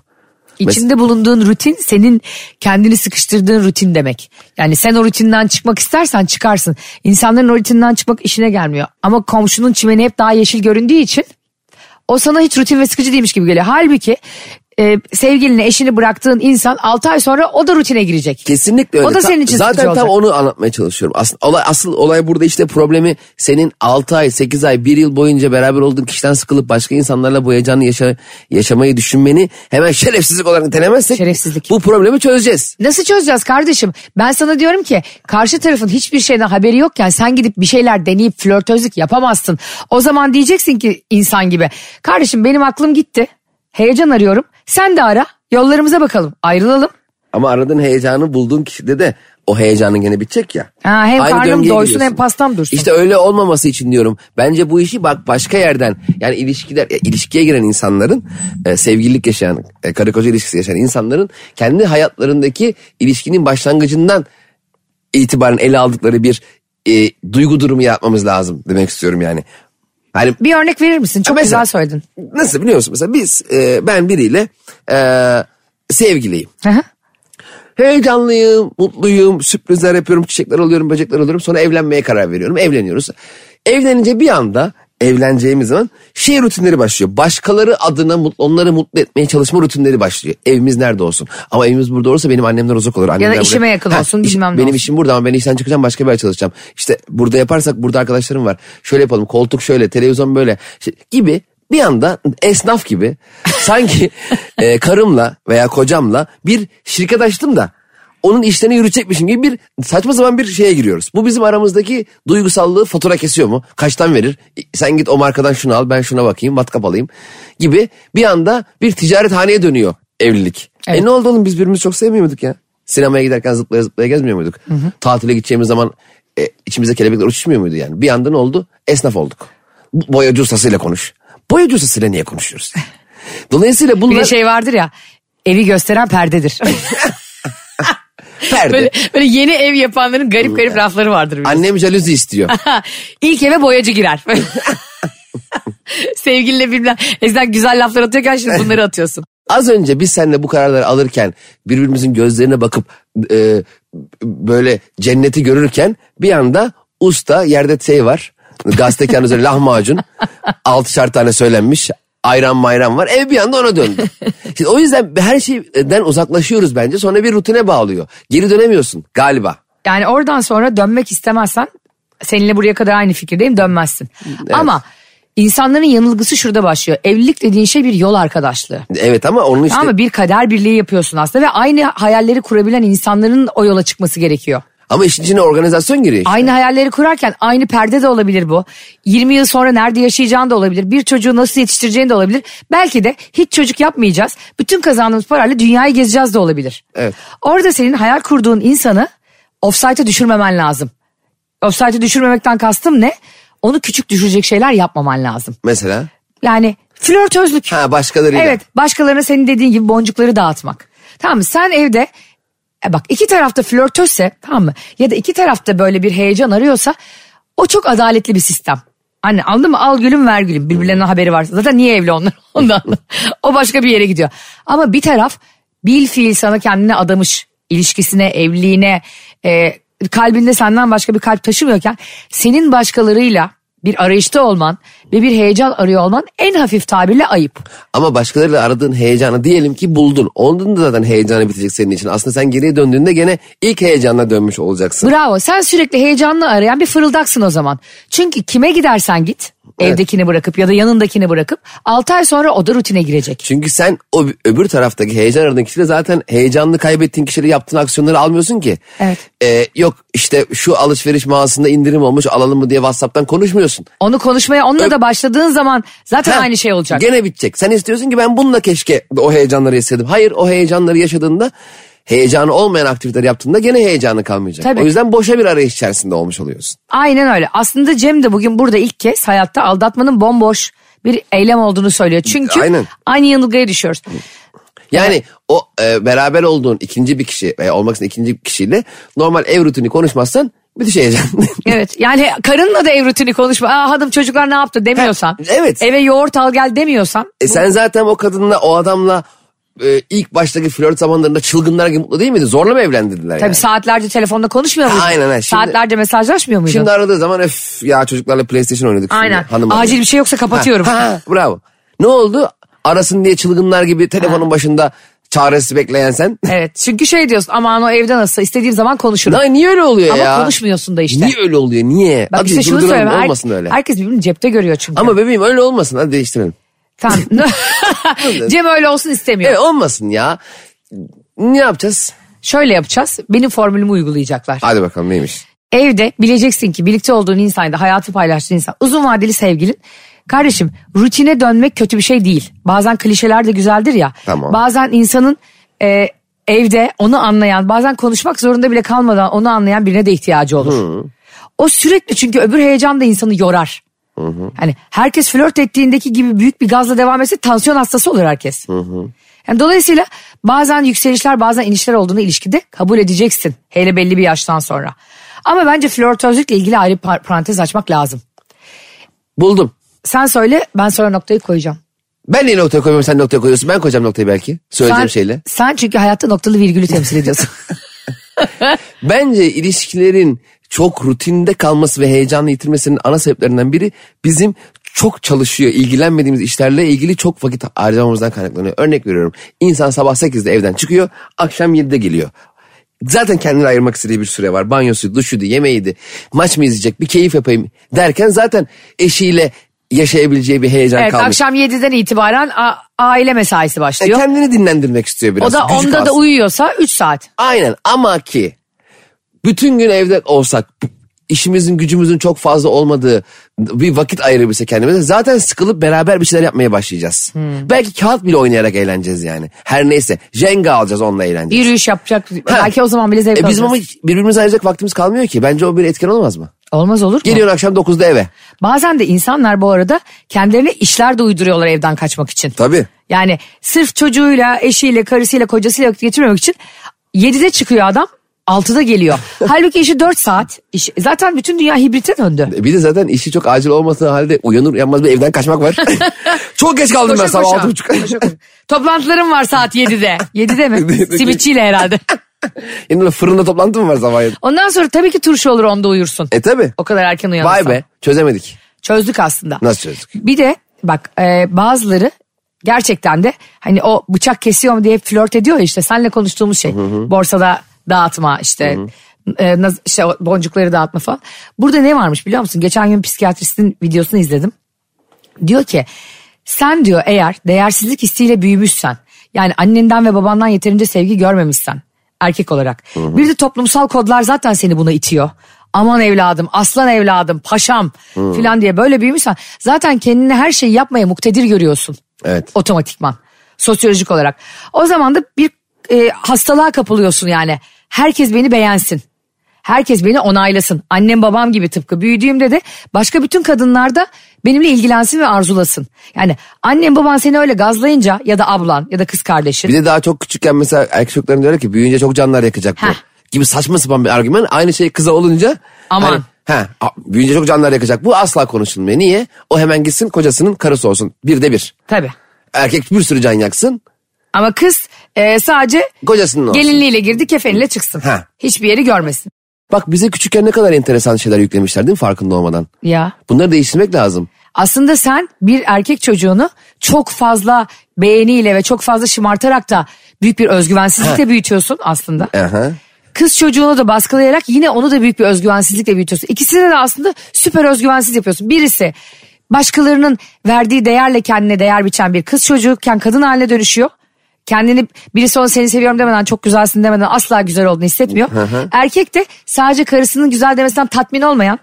S1: İçinde bulunduğun rutin senin kendini sıkıştırdığın rutin demek. Yani sen o rutinden çıkmak istersen çıkarsın. İnsanların o rutinden çıkmak işine gelmiyor. Ama komşunun çimeni hep daha yeşil göründüğü için o sana hiç rutin ve sıkıcı değilmiş gibi geliyor. Halbuki e, sevgilini eşini bıraktığın insan 6 ay sonra o da rutine girecek.
S4: Kesinlikle öyle.
S1: O da
S4: Ta-
S1: senin için
S4: Zaten
S1: sıkıcı
S4: tam
S1: olacak.
S4: onu anlatmaya çalışıyorum. Asıl olay, asıl olay burada işte problemi senin 6 ay, 8 ay, 1 yıl boyunca beraber olduğun kişiden sıkılıp başka insanlarla bu heyecanı yaşa- yaşamayı düşünmeni hemen şerefsizlik olarak nitelemezsek
S1: Şerefsizlik.
S4: bu problemi çözeceğiz.
S1: Nasıl çözeceğiz kardeşim? Ben sana diyorum ki karşı tarafın hiçbir şeyden haberi yokken sen gidip bir şeyler deneyip flörtözlük yapamazsın. O zaman diyeceksin ki insan gibi kardeşim benim aklım gitti. Heyecan arıyorum. Sen de ara. Yollarımıza bakalım. Ayrılalım.
S4: Ama aradığın heyecanı bulduğun kişide de o heyecanın gene bitecek ya.
S1: Ha, hem karnım
S4: döngüye
S1: doysun,
S4: giriyorsun.
S1: hem pastam dursun.
S4: İşte öyle olmaması için diyorum. Bence bu işi bak başka yerden yani ilişkiler e, ilişkiye giren insanların e, sevgililik yaşayan e, karı koca ilişkisi yaşayan insanların kendi hayatlarındaki ilişkinin başlangıcından itibaren ele aldıkları bir e, duygu durumu yapmamız lazım demek istiyorum yani. Hani
S1: Bir örnek verir misin? Çok
S4: Mesela-
S1: güzel söyledin.
S4: nasıl biliyor musun mesela biz e, ben biriyle e, sevgiliyim.
S1: Hı hı.
S4: Heyecanlıyım, mutluyum, sürprizler yapıyorum, çiçekler alıyorum, böcekler alıyorum. Sonra evlenmeye karar veriyorum, evleniyoruz. Evlenince bir anda evleneceğimiz zaman şey rutinleri başlıyor. Başkaları adına mut- onları mutlu etmeye çalışma rutinleri başlıyor. Evimiz nerede olsun? Ama evimiz burada olursa benim annemler uzak olur. Annemler buraya-
S1: işime yakın olsun, bilmem ne
S4: Benim
S1: olsun.
S4: işim burada ama ben işten çıkacağım başka bir yer çalışacağım. İşte burada yaparsak burada arkadaşlarım var. Şöyle yapalım koltuk şöyle, televizyon böyle şey- gibi bir anda esnaf gibi sanki e, karımla veya kocamla bir şirket açtım da onun işlerini yürütecekmişim gibi bir saçma zaman bir şeye giriyoruz. Bu bizim aramızdaki duygusallığı fatura kesiyor mu? Kaçtan verir? E, Sen git o markadan şunu al ben şuna bakayım matkap alayım gibi bir anda bir ticaret haneye dönüyor evlilik.
S1: Evet.
S4: E ne oldu oğlum biz birbirimizi çok sevmiyorduk ya. Sinemaya giderken zıplaya zıplaya gezmiyor muyduk? Tatile gideceğimiz zaman e, içimize kelebekler uçuşmuyor muydu yani? Bir anda ne oldu? Esnaf olduk. Bu- Boyacı ustasıyla konuş. Boyacı ustasıyla niye konuşuyoruz? Dolayısıyla
S1: Bir
S4: bunlar
S1: de şey vardır ya evi gösteren perdedir.
S4: perde.
S1: böyle, böyle yeni ev yapanların garip garip lafları vardır. biliyorsun.
S4: Annem jaluzi istiyor.
S1: İlk eve boyacı girer. Sevgilinle bilmem. Eskiden güzel laflar atıyorken şimdi bunları atıyorsun.
S4: Az önce biz seninle bu kararları alırken birbirimizin gözlerine bakıp e, böyle cenneti görürken bir anda usta yerde şey var. Gazetekanın üzerine lahmacun. Altışar tane söylenmiş. Ayran mayran var. Ev bir anda ona döndü. Şimdi o yüzden her şeyden uzaklaşıyoruz bence. Sonra bir rutine bağlıyor. Geri dönemiyorsun galiba.
S1: Yani oradan sonra dönmek istemezsen seninle buraya kadar aynı fikirdeyim dönmezsin. Ama insanların yanılgısı şurada başlıyor. Evlilik dediğin şey bir yol arkadaşlığı.
S4: Evet ama onun işte...
S1: Ama bir kader birliği yapıyorsun aslında ve aynı hayalleri kurabilen insanların o yola çıkması gerekiyor.
S4: Ama işin içine organizasyon giriyor. işte.
S1: Aynı hayalleri kurarken aynı perde de olabilir bu. 20 yıl sonra nerede yaşayacağın da olabilir. Bir çocuğu nasıl yetiştireceğin de olabilir. Belki de hiç çocuk yapmayacağız. Bütün kazandığımız parayla dünyayı gezeceğiz de olabilir.
S4: Evet.
S1: Orada senin hayal kurduğun insanı offside'e düşürmemen lazım. Offside'e düşürmemekten kastım ne? Onu küçük düşürecek şeyler yapmaman lazım.
S4: Mesela.
S1: Yani flörtözlük.
S4: Ha başkalarıyla.
S1: Evet başkalarına senin dediğin gibi boncukları dağıtmak. Tamam mı? Sen evde e bak iki tarafta flörtözse tamam mı? Ya da iki tarafta böyle bir heyecan arıyorsa o çok adaletli bir sistem. Anne anladın mı? Al gülüm ver gülüm. Birbirlerine haberi varsa. Zaten niye evli onlar? Ondan. o başka bir yere gidiyor. Ama bir taraf bil fiil sana kendini adamış. ilişkisine, evliliğine, e, kalbinde senden başka bir kalp taşımıyorken senin başkalarıyla bir arayışta olman ve bir heyecan arıyor olman en hafif tabirle ayıp.
S4: Ama başkalarıyla aradığın heyecanı diyelim ki buldun. Onun da zaten heyecanı bitecek senin için. Aslında sen geriye döndüğünde gene ilk heyecanla dönmüş olacaksın.
S1: Bravo. Sen sürekli heyecanla arayan bir fırıldaksın o zaman. Çünkü kime gidersen git evdekini bırakıp ya da yanındakini bırakıp 6 ay sonra o da rutine girecek.
S4: Çünkü sen o öbür taraftaki heyecan aradığın kişiyle zaten heyecanını kaybettiğin kişiyle yaptığın aksiyonları almıyorsun ki.
S1: Evet.
S4: Ee, yok işte şu alışveriş mağazasında indirim olmuş alalım mı diye Whatsapp'tan konuşmuyorsun.
S1: Onu konuşmaya onunla da başladığın zaman zaten
S4: Ha,
S1: aynı şey olacak.
S4: Gene bitecek. Sen istiyorsun ki ben bununla keşke o heyecanları yaşadım. Hayır o heyecanları yaşadığında heyecanı olmayan aktiviteler yaptığında gene heyecanı kalmayacak.
S1: Tabii.
S4: O yüzden boşa bir arayış içerisinde olmuş oluyorsun.
S1: Aynen öyle. Aslında Cem de bugün burada ilk kez hayatta aldatmanın bomboş bir eylem olduğunu söylüyor. Çünkü
S4: Aynen.
S1: aynı yanılgıya düşüyoruz.
S4: Yani o e, beraber olduğun ikinci bir kişi veya olmak için ikinci bir kişiyle normal ev rutini konuşmazsan müthiş heyecan.
S1: Evet yani karınla da ev rutini konuşma. Aa hanım çocuklar ne yaptı demiyorsan.
S4: Ha, evet.
S1: Eve yoğurt al gel demiyorsan.
S4: e, sen zaten o kadınla o adamla e, ilk baştaki flört zamanlarında çılgınlar gibi mutlu değil miydi? Zorla mı evlendirdiler
S1: Tabii
S4: yani?
S1: saatlerce telefonla konuşmuyor muydun?
S4: Aynen, aynen. Şimdi-
S1: saatlerce mesajlaşmıyor muydun?
S4: Şimdi aradığı zaman öf ya çocuklarla PlayStation oynadık. şimdi,
S1: Aynen.
S4: hanım arıyor."
S1: Acil bir şey yoksa kapatıyorum.
S4: Ha, bravo. Ne oldu? Arasın diye çılgınlar gibi telefonun başında çaresi bekleyen sen.
S1: Evet çünkü şey diyorsun aman o evde nasıl istediğim zaman konuşurum.
S4: Lan niye öyle oluyor
S1: Ama
S4: ya?
S1: konuşmuyorsun da işte.
S4: Niye öyle oluyor? Niye?
S1: Bak
S4: Hadi
S1: işte şunu
S4: durduralım,
S1: söyleyeyim. her-
S4: olmasın öyle.
S1: Herkes birbirini cepte görüyor çünkü.
S4: Ama bebeğim öyle olmasın. Hadi değiştirelim.
S1: Tamam. Cem öyle olsun istemiyor.
S4: Evet E, olmasın ya. Ne yapacağız?
S1: Şöyle yapacağız. Benim formülümü uygulayacaklar.
S4: Hadi bakalım neymiş?
S1: Evde bileceksin ki birlikte olduğun insan da hayatı paylaştığın insan uzun vadeli sevgilin. Kardeşim rutine dönmek kötü bir şey değil. Bazen klişeler de güzeldir ya.
S4: Tamam.
S1: Bazen insanın e, evde onu anlayan bazen konuşmak zorunda bile kalmadan onu anlayan birine de ihtiyacı olur. O sürekli çünkü öbür heyecan da insanı yorar. Hani herkes flört ettiğindeki gibi büyük bir gazla devam etse tansiyon hastası olur herkes. Yani dolayısıyla bazen yükselişler bazen inişler olduğunu ilişkide kabul edeceksin. Hele belli bir yaştan sonra. Ama bence flörtözlükle ilgili ayrı par- parantez açmak lazım.
S4: Buldum.
S1: Sen söyle ben sonra noktayı koyacağım.
S4: Ben niye noktaya koymuyorum sen noktaya koyuyorsun. Ben koyacağım noktayı belki. Söyleyeceğim
S1: Sen,
S4: şeyle.
S1: sen çünkü hayatta noktalı virgülü temsil ediyorsun.
S4: Bence ilişkilerin çok rutinde kalması ve heyecanı yitirmesinin ana sebeplerinden biri bizim çok çalışıyor, ilgilenmediğimiz işlerle ilgili çok vakit harcamamızdan kaynaklanıyor. Örnek veriyorum. İnsan sabah 8'de evden çıkıyor, akşam 7'de geliyor. Zaten kendini ayırmak istediği bir süre var. Banyosu, duşuydu, yemeğiydi. Maç mı izleyecek, bir keyif yapayım derken zaten eşiyle yaşayabileceği bir heyecan
S1: evet,
S4: kalmıyor.
S1: akşam 7'den itibaren a- aile mesaisi
S4: E,
S1: başlıyor.
S4: kendini dinlendirmek istiyor biraz.
S1: o da
S4: gücü
S1: onda da
S4: kalsın.
S1: uyuyorsa 3 saat.
S4: Aynen ama ki bütün gün evde olsak işimizin gücümüzün çok fazla olmadığı bir vakit ayırabilse kendimize zaten sıkılıp beraber bir şeyler yapmaya başlayacağız.
S1: Hmm.
S4: Belki kağıt bile oynayarak eğleneceğiz yani. Her neyse jenga alacağız onunla eğleneceğiz.
S1: Yürüyüş yapacak.
S4: Ha.
S1: Belki o zaman bile zevk
S4: E bizim ama
S1: alacağız.
S4: hiç birbirimize ayıracak vaktimiz kalmıyor ki. Bence o bir etken olmaz mı?
S1: Olmaz olur mu?
S4: Geliyorsun akşam 9'da eve.
S1: Bazen de insanlar bu arada kendilerine işler de uyduruyorlar evden kaçmak için.
S4: Tabii.
S1: Yani sırf çocuğuyla, eşiyle, karısıyla, kocasıyla vakit geçirmemek için 7'de çıkıyor adam, 6'da geliyor. Halbuki işi 4 saat. İş, zaten bütün dünya hibrite döndü.
S4: E Bir de zaten işi çok acil olmadığı halde uyanır uyanmaz bir evden kaçmak var. çok geç kaldım ben sabah 6.30.
S1: Toplantılarım var saat 7'de. 7'de mi? Simitçiyle herhalde.
S4: Yine de fırında toplantı mı var sabah? yedi?
S1: Ondan sonra tabii ki turşu olur onda uyursun.
S4: E tabii.
S1: O kadar erken uyanırsan.
S4: Vay be çözemedik.
S1: Çözdük aslında.
S4: Nasıl çözdük?
S1: Bir de bak e, bazıları gerçekten de hani o bıçak kesiyor mu diye hep flört ediyor ya işte senle konuştuğumuz şey. Borsada dağıtma işte, e, naz- işte o boncukları dağıtma falan. Burada ne varmış biliyor musun? Geçen gün psikiyatristin videosunu izledim. Diyor ki sen diyor eğer değersizlik hissiyle büyümüşsen yani annenden ve babandan yeterince sevgi görmemişsen erkek olarak. Bir de toplumsal kodlar zaten seni buna itiyor. Aman evladım, aslan evladım, paşam filan diye böyle büyümüşsen zaten kendini her şeyi yapmaya muktedir görüyorsun.
S4: Evet.
S1: Otomatikman. Sosyolojik olarak. O zaman da bir e, hastalığa kapılıyorsun yani. Herkes beni beğensin. Herkes beni onaylasın. Annem babam gibi tıpkı büyüdüğümde de başka bütün kadınlar da benimle ilgilensin ve arzulasın. Yani annem baban seni öyle gazlayınca ya da ablan ya da kız kardeşin.
S4: Bir de daha çok küçükken mesela erkek çocukların diyorlar ki büyüyünce çok canlar yakacak bu.
S1: Heh.
S4: Gibi saçma sapan bir argüman. Aynı şey kıza olunca.
S1: Aman.
S4: ha, a- büyüyünce çok canlar yakacak. Bu asla konuşulmuyor. Niye? O hemen gitsin kocasının karısı olsun. Bir de bir.
S1: Tabii.
S4: Erkek bir sürü can yaksın.
S1: Ama kız e, sadece
S4: Kocasının olsun.
S1: gelinliğiyle girdi kefeniyle çıksın.
S4: Ha.
S1: Hiçbir yeri görmesin.
S4: Bak bize küçükken ne kadar enteresan şeyler yüklemişler değil mi farkında olmadan?
S1: Ya.
S4: Bunları değiştirmek lazım.
S1: Aslında sen bir erkek çocuğunu çok fazla beğeniyle ve çok fazla şımartarak da büyük bir özgüvensizlikle büyütüyorsun aslında.
S4: Aha.
S1: Kız çocuğunu da baskılayarak yine onu da büyük bir özgüvensizlikle büyütüyorsun. İkisini de aslında süper özgüvensiz yapıyorsun. Birisi başkalarının verdiği değerle kendine değer biçen bir kız çocuğuken kadın haline dönüşüyor. Kendini birisi ona seni seviyorum demeden çok güzelsin demeden asla güzel olduğunu hissetmiyor. Erkek de sadece karısının güzel demesinden tatmin olmayan,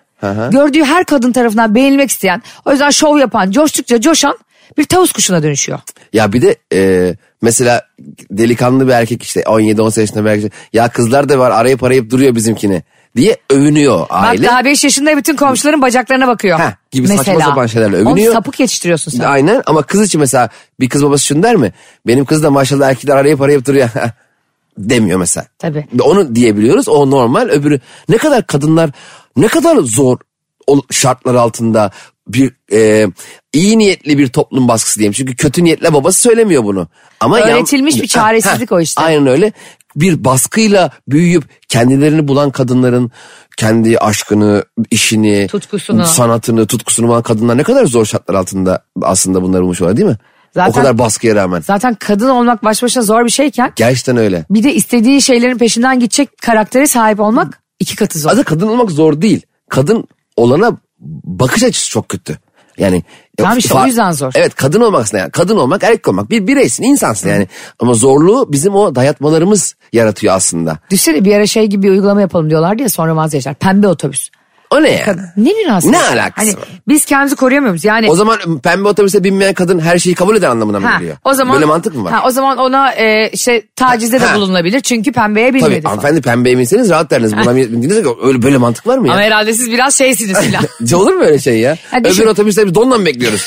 S1: gördüğü her kadın tarafından beğenilmek isteyen, o yüzden şov yapan, coştukça coşan bir tavus kuşuna dönüşüyor.
S4: Ya bir de e, mesela delikanlı bir erkek işte 17-18 yaşında bir erkek. Ya kızlar da var arayıp arayıp duruyor bizimkini diye övünüyor aile.
S1: Bak daha 5 yaşında bütün komşuların bacaklarına bakıyor.
S4: Heh, gibi saçma sapan şeylerle
S1: Oğlum
S4: övünüyor.
S1: sapık yetiştiriyorsun sen.
S4: Aynen ama kız için mesela bir kız babası şunu der mi? Benim kız da maşallah erkekler arayıp arayıp duruyor. Demiyor mesela.
S1: Tabii.
S4: Onu diyebiliyoruz o normal öbürü. Ne kadar kadınlar ne kadar zor ol- şartlar altında bir e, iyi niyetli bir toplum baskısı diyeyim. Çünkü kötü niyetle babası söylemiyor bunu. Ama yan-
S1: Öğretilmiş bir çaresizlik o işte.
S4: Aynen öyle. Bir baskıyla büyüyüp kendilerini bulan kadınların kendi aşkını, işini,
S1: Tutkusunu.
S4: sanatını, tutkusunu bulan kadınlar ne kadar zor şartlar altında aslında bunları bulmuşlar değil mi?
S1: Zaten-
S4: o kadar baskıya rağmen.
S1: Zaten kadın olmak baş başa zor bir şeyken
S4: Gerçekten öyle.
S1: bir de istediği şeylerin peşinden gidecek karaktere sahip olmak iki katı zor.
S4: Aslında kadın olmak zor değil. Kadın olana bakış açısı çok kötü. Yani
S1: Tamam işte, o
S4: fa-
S1: yüzden zor.
S4: Evet kadın olmak aslında yani. Kadın olmak erkek olmak bir bireysin insansın yani. Ama zorluğu bizim o dayatmalarımız yaratıyor aslında.
S1: Düşünsene bir ara şey gibi bir uygulama yapalım diyorlardı ya sonra vazgeçer. Pembe otobüs.
S4: O ne yani?
S1: Kadın- Ne münasebet.
S4: Ne alakası
S1: Hani
S4: var?
S1: biz kendimizi koruyamıyoruz. Yani
S4: O zaman pembe otobüse binmeyen kadın her şeyi kabul eder anlamına mı
S1: Ha,
S4: geliyor?
S1: o zaman
S4: Böyle mantık mı var?
S1: Ha, o zaman ona e, işte tacizde de
S4: Ha.
S1: bulunabilir çünkü pembeye
S4: Tabii
S1: bilmedi. falan.
S4: hanımefendi pembeye binseniz rahat derdiniz. Buna bindiniz de öyle böyle mantık var mı
S1: Ama
S4: ya?
S1: herhalde siz biraz şeysiniz filan.
S4: olur mu öyle şey ya?
S1: Ha, düşün.
S4: Öbür otobüste biz donla mı bekliyoruz?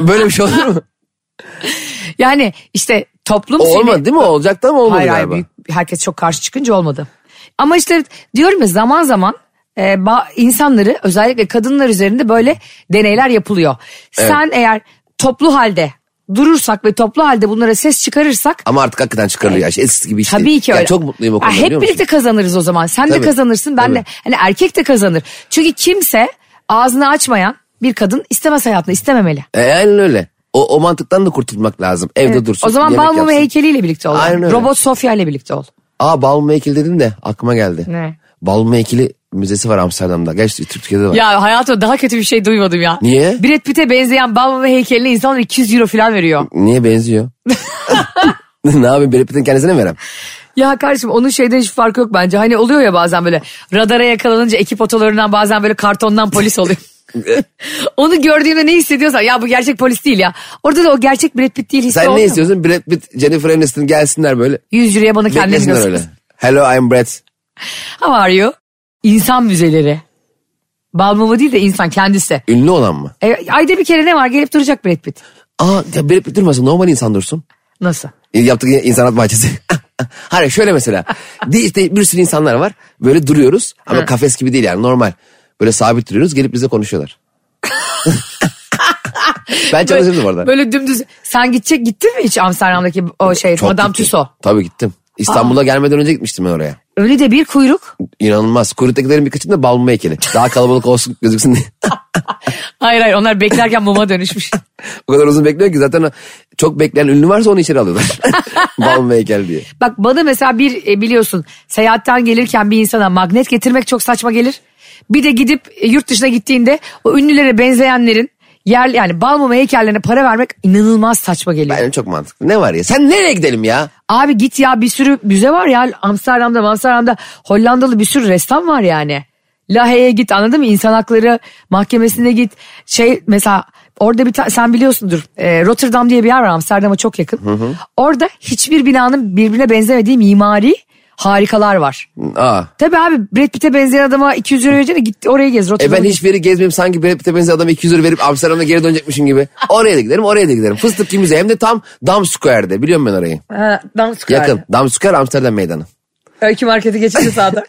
S4: böyle bir şey olur mu?
S1: yani işte toplum
S4: O
S1: seni...
S4: olmadı değil mi? O Olacaktı ama olmadı
S1: Hayır hayır
S4: galiba.
S1: büyük- herkes çok karşı çıkınca olmadı. Ama işte diyorum ya zaman zaman e, ba- insanları özellikle kadınlar üzerinde böyle deneyler yapılıyor. Sen eğer toplu halde durursak ve toplu halde bunlara ses çıkarırsak
S4: Ama artık hakikaten çıkarılıyor. Evet. Eskisi gibi hiç
S1: Tabii
S4: değil.
S1: ki
S4: Ya
S1: öyle.
S4: çok mutluyum
S1: Ha,
S4: o konuda biliyor
S1: Hep
S4: musun?
S1: birlikte kazanırız o zaman. Sen de
S4: Tabii.
S1: kazanırsın ben de.
S4: Tabii.
S1: Hani erkek de kazanır. Çünkü kimse ağzını açmayan bir kadın istemez hayatını istememeli.
S4: E, aynen öyle. O, o mantıktan da kurtulmak lazım. Evde dursun.
S1: O zaman
S4: yemek
S1: Balmumu
S4: yapsın.
S1: heykeliyle birlikte ol.
S4: Aynen öyle.
S1: Robot Sofya ile birlikte ol.
S4: Aa Balmumu heykeli dedin de aklıma geldi.
S1: Ne?
S4: Balmumu heykeli müzesi var Amsterdam'da. Gerçi Türkiye'de de var.
S1: Ya hayatımda daha kötü bir şey duymadım ya.
S4: Niye?
S1: Brad Pitt'e benzeyen Balmumu heykeline insanlar 200 euro falan veriyor.
S4: Niye benziyor? ne yapayım? Brad Pitt'in kendisine mi verem?
S1: Ya kardeşim onun şeyden hiç farkı yok bence. Hani oluyor ya bazen böyle radara yakalanınca ekip otolarından bazen böyle kartondan polis oluyor. Onu gördüğünde ne hissediyorsan ya bu gerçek polis değil ya. Orada da o gerçek Brad Pitt değil hissi
S4: Sen ne
S1: olmuyor mu?
S4: istiyorsun? Brad Pitt, Jennifer Aniston gelsinler böyle.
S1: 100 liraya bana kendini
S4: Beklesinler
S1: göster.
S4: öyle. Hello I'm Brad.
S1: How are you? İnsan müzeleri. Balmumu değil de insan kendisi.
S4: Ünlü olan mı?
S1: E, ayda bir kere ne var gelip duracak Brad Pitt.
S4: Aa ya Brad Pitt durmasın normal insan dursun.
S1: Nasıl?
S4: E, Yaptık yine insanat bahçesi. Hayır şöyle mesela. Değil işte bir sürü insanlar var. Böyle duruyoruz ama kafes gibi değil yani normal. Böyle sabit duruyoruz gelip bize konuşuyorlar. ben çalışırdım orada.
S1: Böyle dümdüz. Sen gidecek gittin mi hiç Amsterdam'daki o şey
S4: Çok
S1: Madame
S4: gittim.
S1: Tussauds?
S4: Tabii gittim. İstanbul'a gelmeden önce gitmiştim ben oraya.
S1: Öyle de bir kuyruk.
S4: İnanılmaz. Kuruttekilerin birkaçında balmumu heykeli. Daha kalabalık olsun gözüksün diye.
S1: Hayır hayır onlar beklerken muma dönüşmüş.
S4: o kadar uzun bekliyor ki zaten o- çok bekleyen ünlü varsa onu içeri alıyorlar. balmumu heykeli diye.
S1: Bak bana mesela bir e, biliyorsun seyahatten gelirken bir insana magnet getirmek çok saçma gelir. Bir de gidip e, yurt dışına gittiğinde o ünlülere benzeyenlerin yer yani balmumu heykellerine para vermek inanılmaz saçma geliyor.
S4: Aynen çok mantıklı. Ne var ya? Sen nereye gidelim ya?
S1: Abi git ya bir sürü müze var ya Amsterdam'da Amsterdam'da Hollandalı bir sürü ressam var yani. Lahey'e git anladın mı? İnsan Hakları Mahkemesi'ne git. Şey mesela orada bir ta- sen biliyorsundur e, Rotterdam diye bir yer var Amsterdam'a çok yakın. Orada hiçbir binanın birbirine benzemediği mimari harikalar var.
S4: Aa.
S1: Tabii abi Brad Pitt'e benzeyen adama 200 euro vereceğine git oraya gez.
S4: E
S1: Rotterdam'a
S4: ben
S1: gez.
S4: hiçbiri gezmeyeyim sanki Brad Pitt'e benzer adama 200 lira verip Amsterdam'a geri dönecekmişim gibi. Oraya da giderim oraya da giderim. Fıstıkçı müze hem de tam Dam Square'de biliyorum ben orayı.
S1: Ha, dans kıyardı.
S4: Yakın. Dam Square Amsterdam meydanı.
S1: Öykü marketi geçince sağda.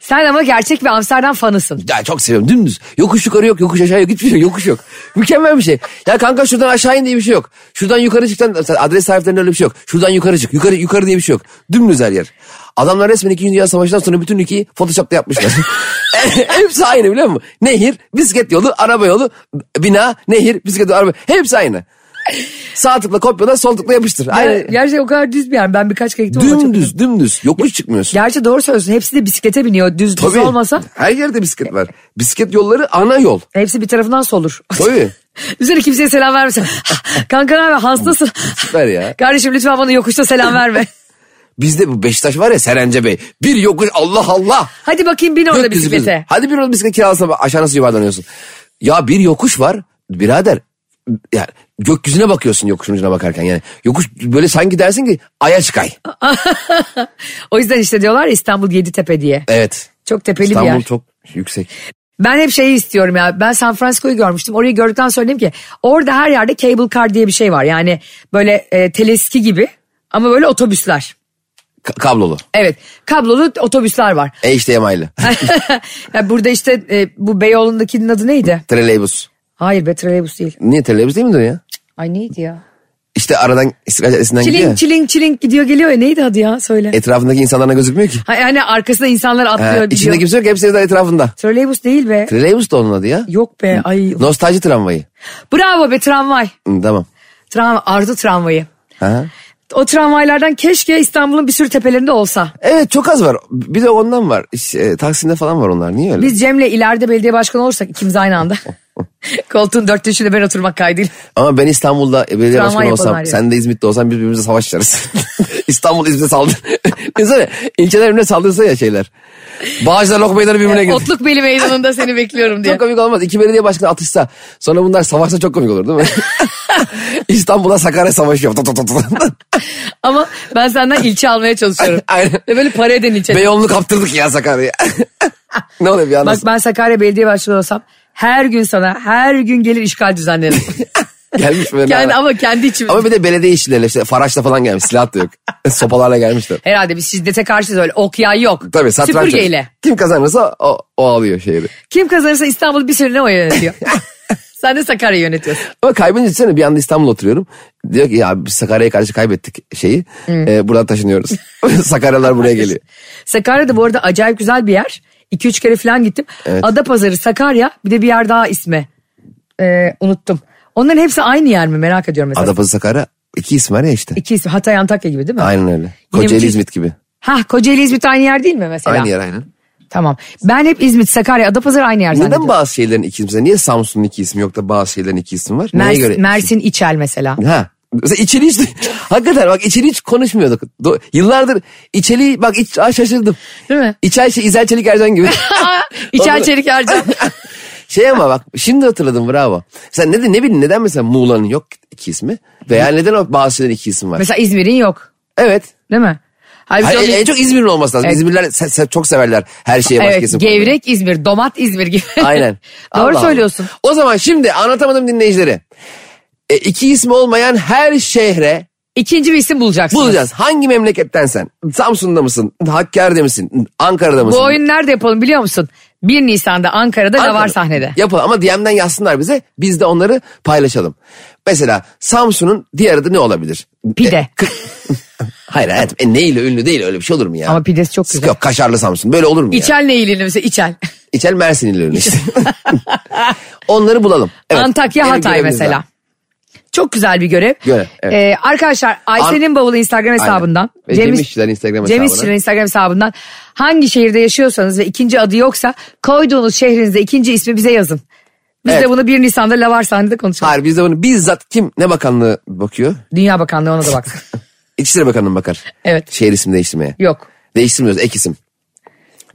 S1: Sen ama gerçek bir Amsterdam fanısın.
S4: Ya çok seviyorum dümdüz. Yokuş yukarı yok yokuş aşağı yok hiçbir şey yok yokuş yok. Mükemmel bir şey. Ya kanka şuradan aşağı in diye bir şey yok. Şuradan yukarı çıktan adres sahiplerinde öyle bir şey yok. Şuradan yukarı çık yukarı yukarı diye bir şey yok. Dümdüz her yer. Adamlar resmen 2. Dünya Savaşı'ndan sonra bütün ülkeyi Photoshop'ta yapmışlar. E, Hepsi aynı biliyor musun? Nehir, bisiklet yolu, araba yolu, bina, nehir, bisiklet yolu, araba. Hepsi aynı. Sağ tıkla kopyala, sol tıkla yapıştır.
S1: Yani
S4: Aynı.
S1: gerçek o kadar düz bir yer. Ben birkaç kere gittim ama çok
S4: Dümdüz, dümdüz. Yokuş çıkmıyorsun.
S1: Gerçi doğru söylüyorsun. Hepsi de bisiklete biniyor. Düz düz
S4: Tabii.
S1: olmasa
S4: Her yerde bisiklet var. Bisiklet yolları ana yol.
S1: hepsi bir tarafından solur.
S4: Tabii.
S1: Üzerine kimseye selam vermesin. Kanka abi hastasın.
S4: Süper ya.
S1: Kardeşim lütfen bana yokuşta selam verme.
S4: Bizde bu Beşiktaş var ya Serence Bey. Bir yokuş Allah Allah.
S1: Hadi bakayım bin orada
S4: Gökyüzü gözü.
S1: bisiklete.
S4: Hadi bir orada bisiklet kiralasana bak aşağı nasıl yuvarlanıyorsun. Ya bir yokuş var birader. Yani gökyüzüne bakıyorsun yokuşun ucuna bakarken yani. Yokuş böyle sanki dersin ki aya çıkay.
S1: O yüzden işte diyorlar ya İstanbul Yeditepe diye.
S4: Evet.
S1: Çok tepeli bir yer.
S4: İstanbul çok yüksek.
S1: Ben hep şeyi istiyorum ya. Ben San Francisco'yu görmüştüm. Orayı gördükten sonra dedim ki orada her yerde cable car diye bir şey var. Yani böyle e, teleski gibi ama böyle otobüsler.
S4: Ka- kablolu.
S1: Evet kablolu otobüsler var.
S4: HDMI'lı.
S1: Ya burada işte e, bu Beyoğlu'ndakinin adı neydi?
S4: Trelebus.
S1: Hayır be trolleybus değil.
S4: Niye trelebus değil midir ya?
S1: Ay neydi ya?
S4: İşte aradan İstiklal Caddesi'nden gidiyor.
S1: Çiling
S4: ya.
S1: çiling çiling gidiyor geliyor ya neydi adı ya söyle.
S4: Etrafındaki insanlarına gözükmüyor ki.
S1: Ha, yani arkasında insanlar
S4: E- Ha,
S1: atlıyor gidiyor.
S4: içinde kimse yok hepsi de etrafında.
S1: Trolleybus değil be.
S4: Trelebus da onun adı ya.
S1: Yok be ay.
S4: Nostalji tramvayı.
S1: Bravo be tramvay.
S4: Hı, tamam.
S1: Tram, Arzu tramvayı.
S4: Ha.
S1: O tramvaylardan keşke İstanbul'un bir sürü tepelerinde olsa.
S4: Evet çok az var. Bir de ondan var. İşte, Taksim'de falan var onlar. Niye öyle?
S1: Biz Cem'le ileride belediye başkanı olursak ikimiz aynı anda. Koltuğun dört dönüşünde ben oturmak kaydıyla.
S4: Ama ben İstanbul'da belediye
S1: Tramvay
S4: başkanı
S1: yapanlar
S4: olsam,
S1: yok.
S4: sen de İzmit'te olsan biz birbirimize savaş açarız. İstanbul İzmit'e saldır. İnsana ilçeler birbirine saldırsa ya şeyler. Bağcılar Lokmeydan'ı birbirine girdi.
S1: Otluk Beli Meydanı'nda seni bekliyorum E, diye.
S4: Çok komik olmaz. İki belediye başkanı atışsa sonra bunlar savaşsa çok komik olur değil mi? İstanbul'a Sakarya savaşıyor. Tut, tut, tut, tut.
S1: Ama ben senden ilçe almaya çalışıyorum.
S4: Aynen.
S1: Ve böyle para eden ilçe.
S4: Beyoğlu'nu kaptırdık ya Sakarya'ya. ne oluyor bir
S1: Bak
S4: anlasın.
S1: ben Sakarya Belediye Başkanı olsam her gün sana her gün gelir işgal düzenlerim.
S4: Gelmiş böyle.
S1: Kendi,
S4: ama,
S1: ama kendi içim.
S4: ama bir de belediye işçileriyle işte Faraş'la falan gelmiş. Silah da yok. Sopalarla gelmişler.
S1: Herhalde biz şiddete karşıyız öyle. Ok yay yok.
S4: Tabii satranç.
S1: Süpürgeyle.
S4: Kim kazanırsa o, o alıyor şehri.
S1: Kim kazanırsa İstanbul'u bir süreliğine o yönetiyor. Sen de Sakarya yönetiyorsun.
S4: Ama kaybedince düşünsene bir anda İstanbul'da oturuyorum. Diyor ki ya biz Sakarya'ya karşı kaybettik şeyi.
S1: Hmm.
S4: Ee, buradan taşınıyoruz. Sakaryalar buraya geliyor.
S1: Sakarya'da bu arada acayip güzel bir yer. 2-3 kere falan gittim.
S4: Evet.
S1: Adapazarı, Sakarya bir de bir yer daha ismi. Ee, unuttum. Onların hepsi aynı yer mi merak ediyorum mesela.
S4: Adapazarı Sakarya iki isim var ya işte.
S1: İki ismi Hatay Antakya gibi değil mi?
S4: Aynen öyle. Kocaeli
S1: Yirmi-
S4: İzmit gibi.
S1: Ha Kocaeli İzmit aynı yer değil mi mesela?
S4: Aynı yer aynen.
S1: Tamam. Ben hep İzmit, Sakarya, Adapazarı aynı yer
S4: Neden
S1: zannediyorum.
S4: bazı şeylerin iki ismi? Niye Samsun'un iki ismi yok da bazı şeylerin iki ismi var? Neye
S1: Mersin,
S4: göre?
S1: Mersin İçel mesela.
S4: Ha. Mesela içeri hiç, hakikaten bak içeri hiç konuşmuyorduk. Do- Yıllardır içeri bak iç, Aa, şaşırdım.
S1: Değil mi?
S4: İçer şey İzel Çelik Ercan gibi.
S1: İçel
S4: Orada-
S1: Çelik Ercan.
S4: Şey ama bak şimdi hatırladım bravo. Sen ne, de- ne bileyim neden mesela Muğla'nın yok iki ismi? Veya neden o bazı şeylerin iki ismi var?
S1: mesela İzmir'in yok.
S4: evet.
S1: Değil mi? Halbuki
S4: Hayır, en,
S1: onun-
S4: en çok İzmir'in olması lazım.
S1: Evet.
S4: İzmirliler se- se- çok severler her şeye başka
S1: Evet,
S4: isim.
S1: gevrek İzmir, domat İzmir gibi.
S4: koymayı. Aynen.
S1: Doğru
S4: Allah
S1: söylüyorsun.
S4: Allah. O zaman şimdi anlatamadım dinleyicilere. E, iki ismi olmayan her şehre
S1: İkinci bir isim bulacaksın.
S4: bulacağız. Hangi memleketten sen? Samsun'da mısın? Hakkari'de misin? Ankara'da mısın?
S1: Bu oyun nerede yapalım biliyor musun? 1 Nisan'da Ankara'da da var sahnede.
S4: Yapalım ama DM'den yazsınlar bize. Biz de onları paylaşalım. Mesela Samsun'un diğer adı ne olabilir?
S1: Pide.
S4: E, kı- hayır hayatım e, neyle ünlü değil öyle bir şey olur mu ya?
S1: Ama pidesi çok güzel.
S4: Yok kaşarlı Samsun böyle olur mu ya?
S1: İçel ne ilgili mesela İçel.
S4: İçel Mersin'li ünlü işte. onları bulalım. Evet,
S1: Antakya
S4: benim
S1: Hatay
S4: görevimiz
S1: mesela.
S4: var.
S1: Çok güzel bir görev.
S4: Görev, evet.
S1: Ee, arkadaşlar Ayşe'nin bavulu Instagram hesabından.
S4: Ve Cem İşçiler Instagram
S1: Cem
S4: hesabına.
S1: İşçiler Instagram hesabından. Hangi şehirde yaşıyorsanız ve ikinci adı yoksa koyduğunuz şehrinizde ikinci ismi bize yazın. Biz
S4: Evet.
S1: de bunu 1 Nisan'da Lavar sahnede konuşalım.
S4: Hayır biz de bunu bizzat kim ne bakanlığı bakıyor?
S1: Dünya Bakanlığı ona da baksın.
S4: İçişleri Bakanlığı mı bakar?
S1: Evet.
S4: Şehir isim değiştirmeye.
S1: Yok.
S4: Değiştirmiyoruz ek isim.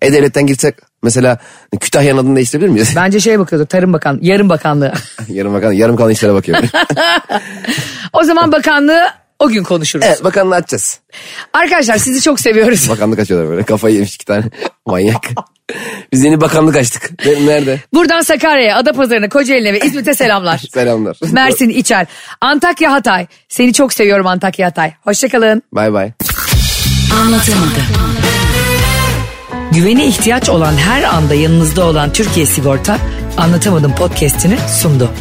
S4: E-Devlet'ten girsek mesela Kütahya'nın adını değiştirebilir miyiz?
S1: Bence şeye bakıyorduk Tarım Bakanlığı, Yarım Bakanlığı.
S4: yarım, bakan, yarım kalan işlere bakıyorum.
S1: o zaman bakanlığı o gün konuşuruz.
S4: Evet bakanlığı açacağız.
S1: Arkadaşlar sizi çok seviyoruz.
S4: Bakanlık açıyorlar böyle kafayı yemiş iki tane manyak. Biz yeni bakanlık açtık. Benim nerede?
S1: Buradan Sakarya'ya, Adapazarı'na, Kocaeli'ne ve İzmit'e selamlar.
S4: Selamlar.
S1: Mersin, İçer, Antakya, Hatay. Seni çok seviyorum Antakya, Hatay. Hoşçakalın.
S4: Bay bay.
S1: Anlatamadım. Güvene ihtiyaç olan her anda yanınızda olan Türkiye Sigorta Anlatamadım podcastini sundu.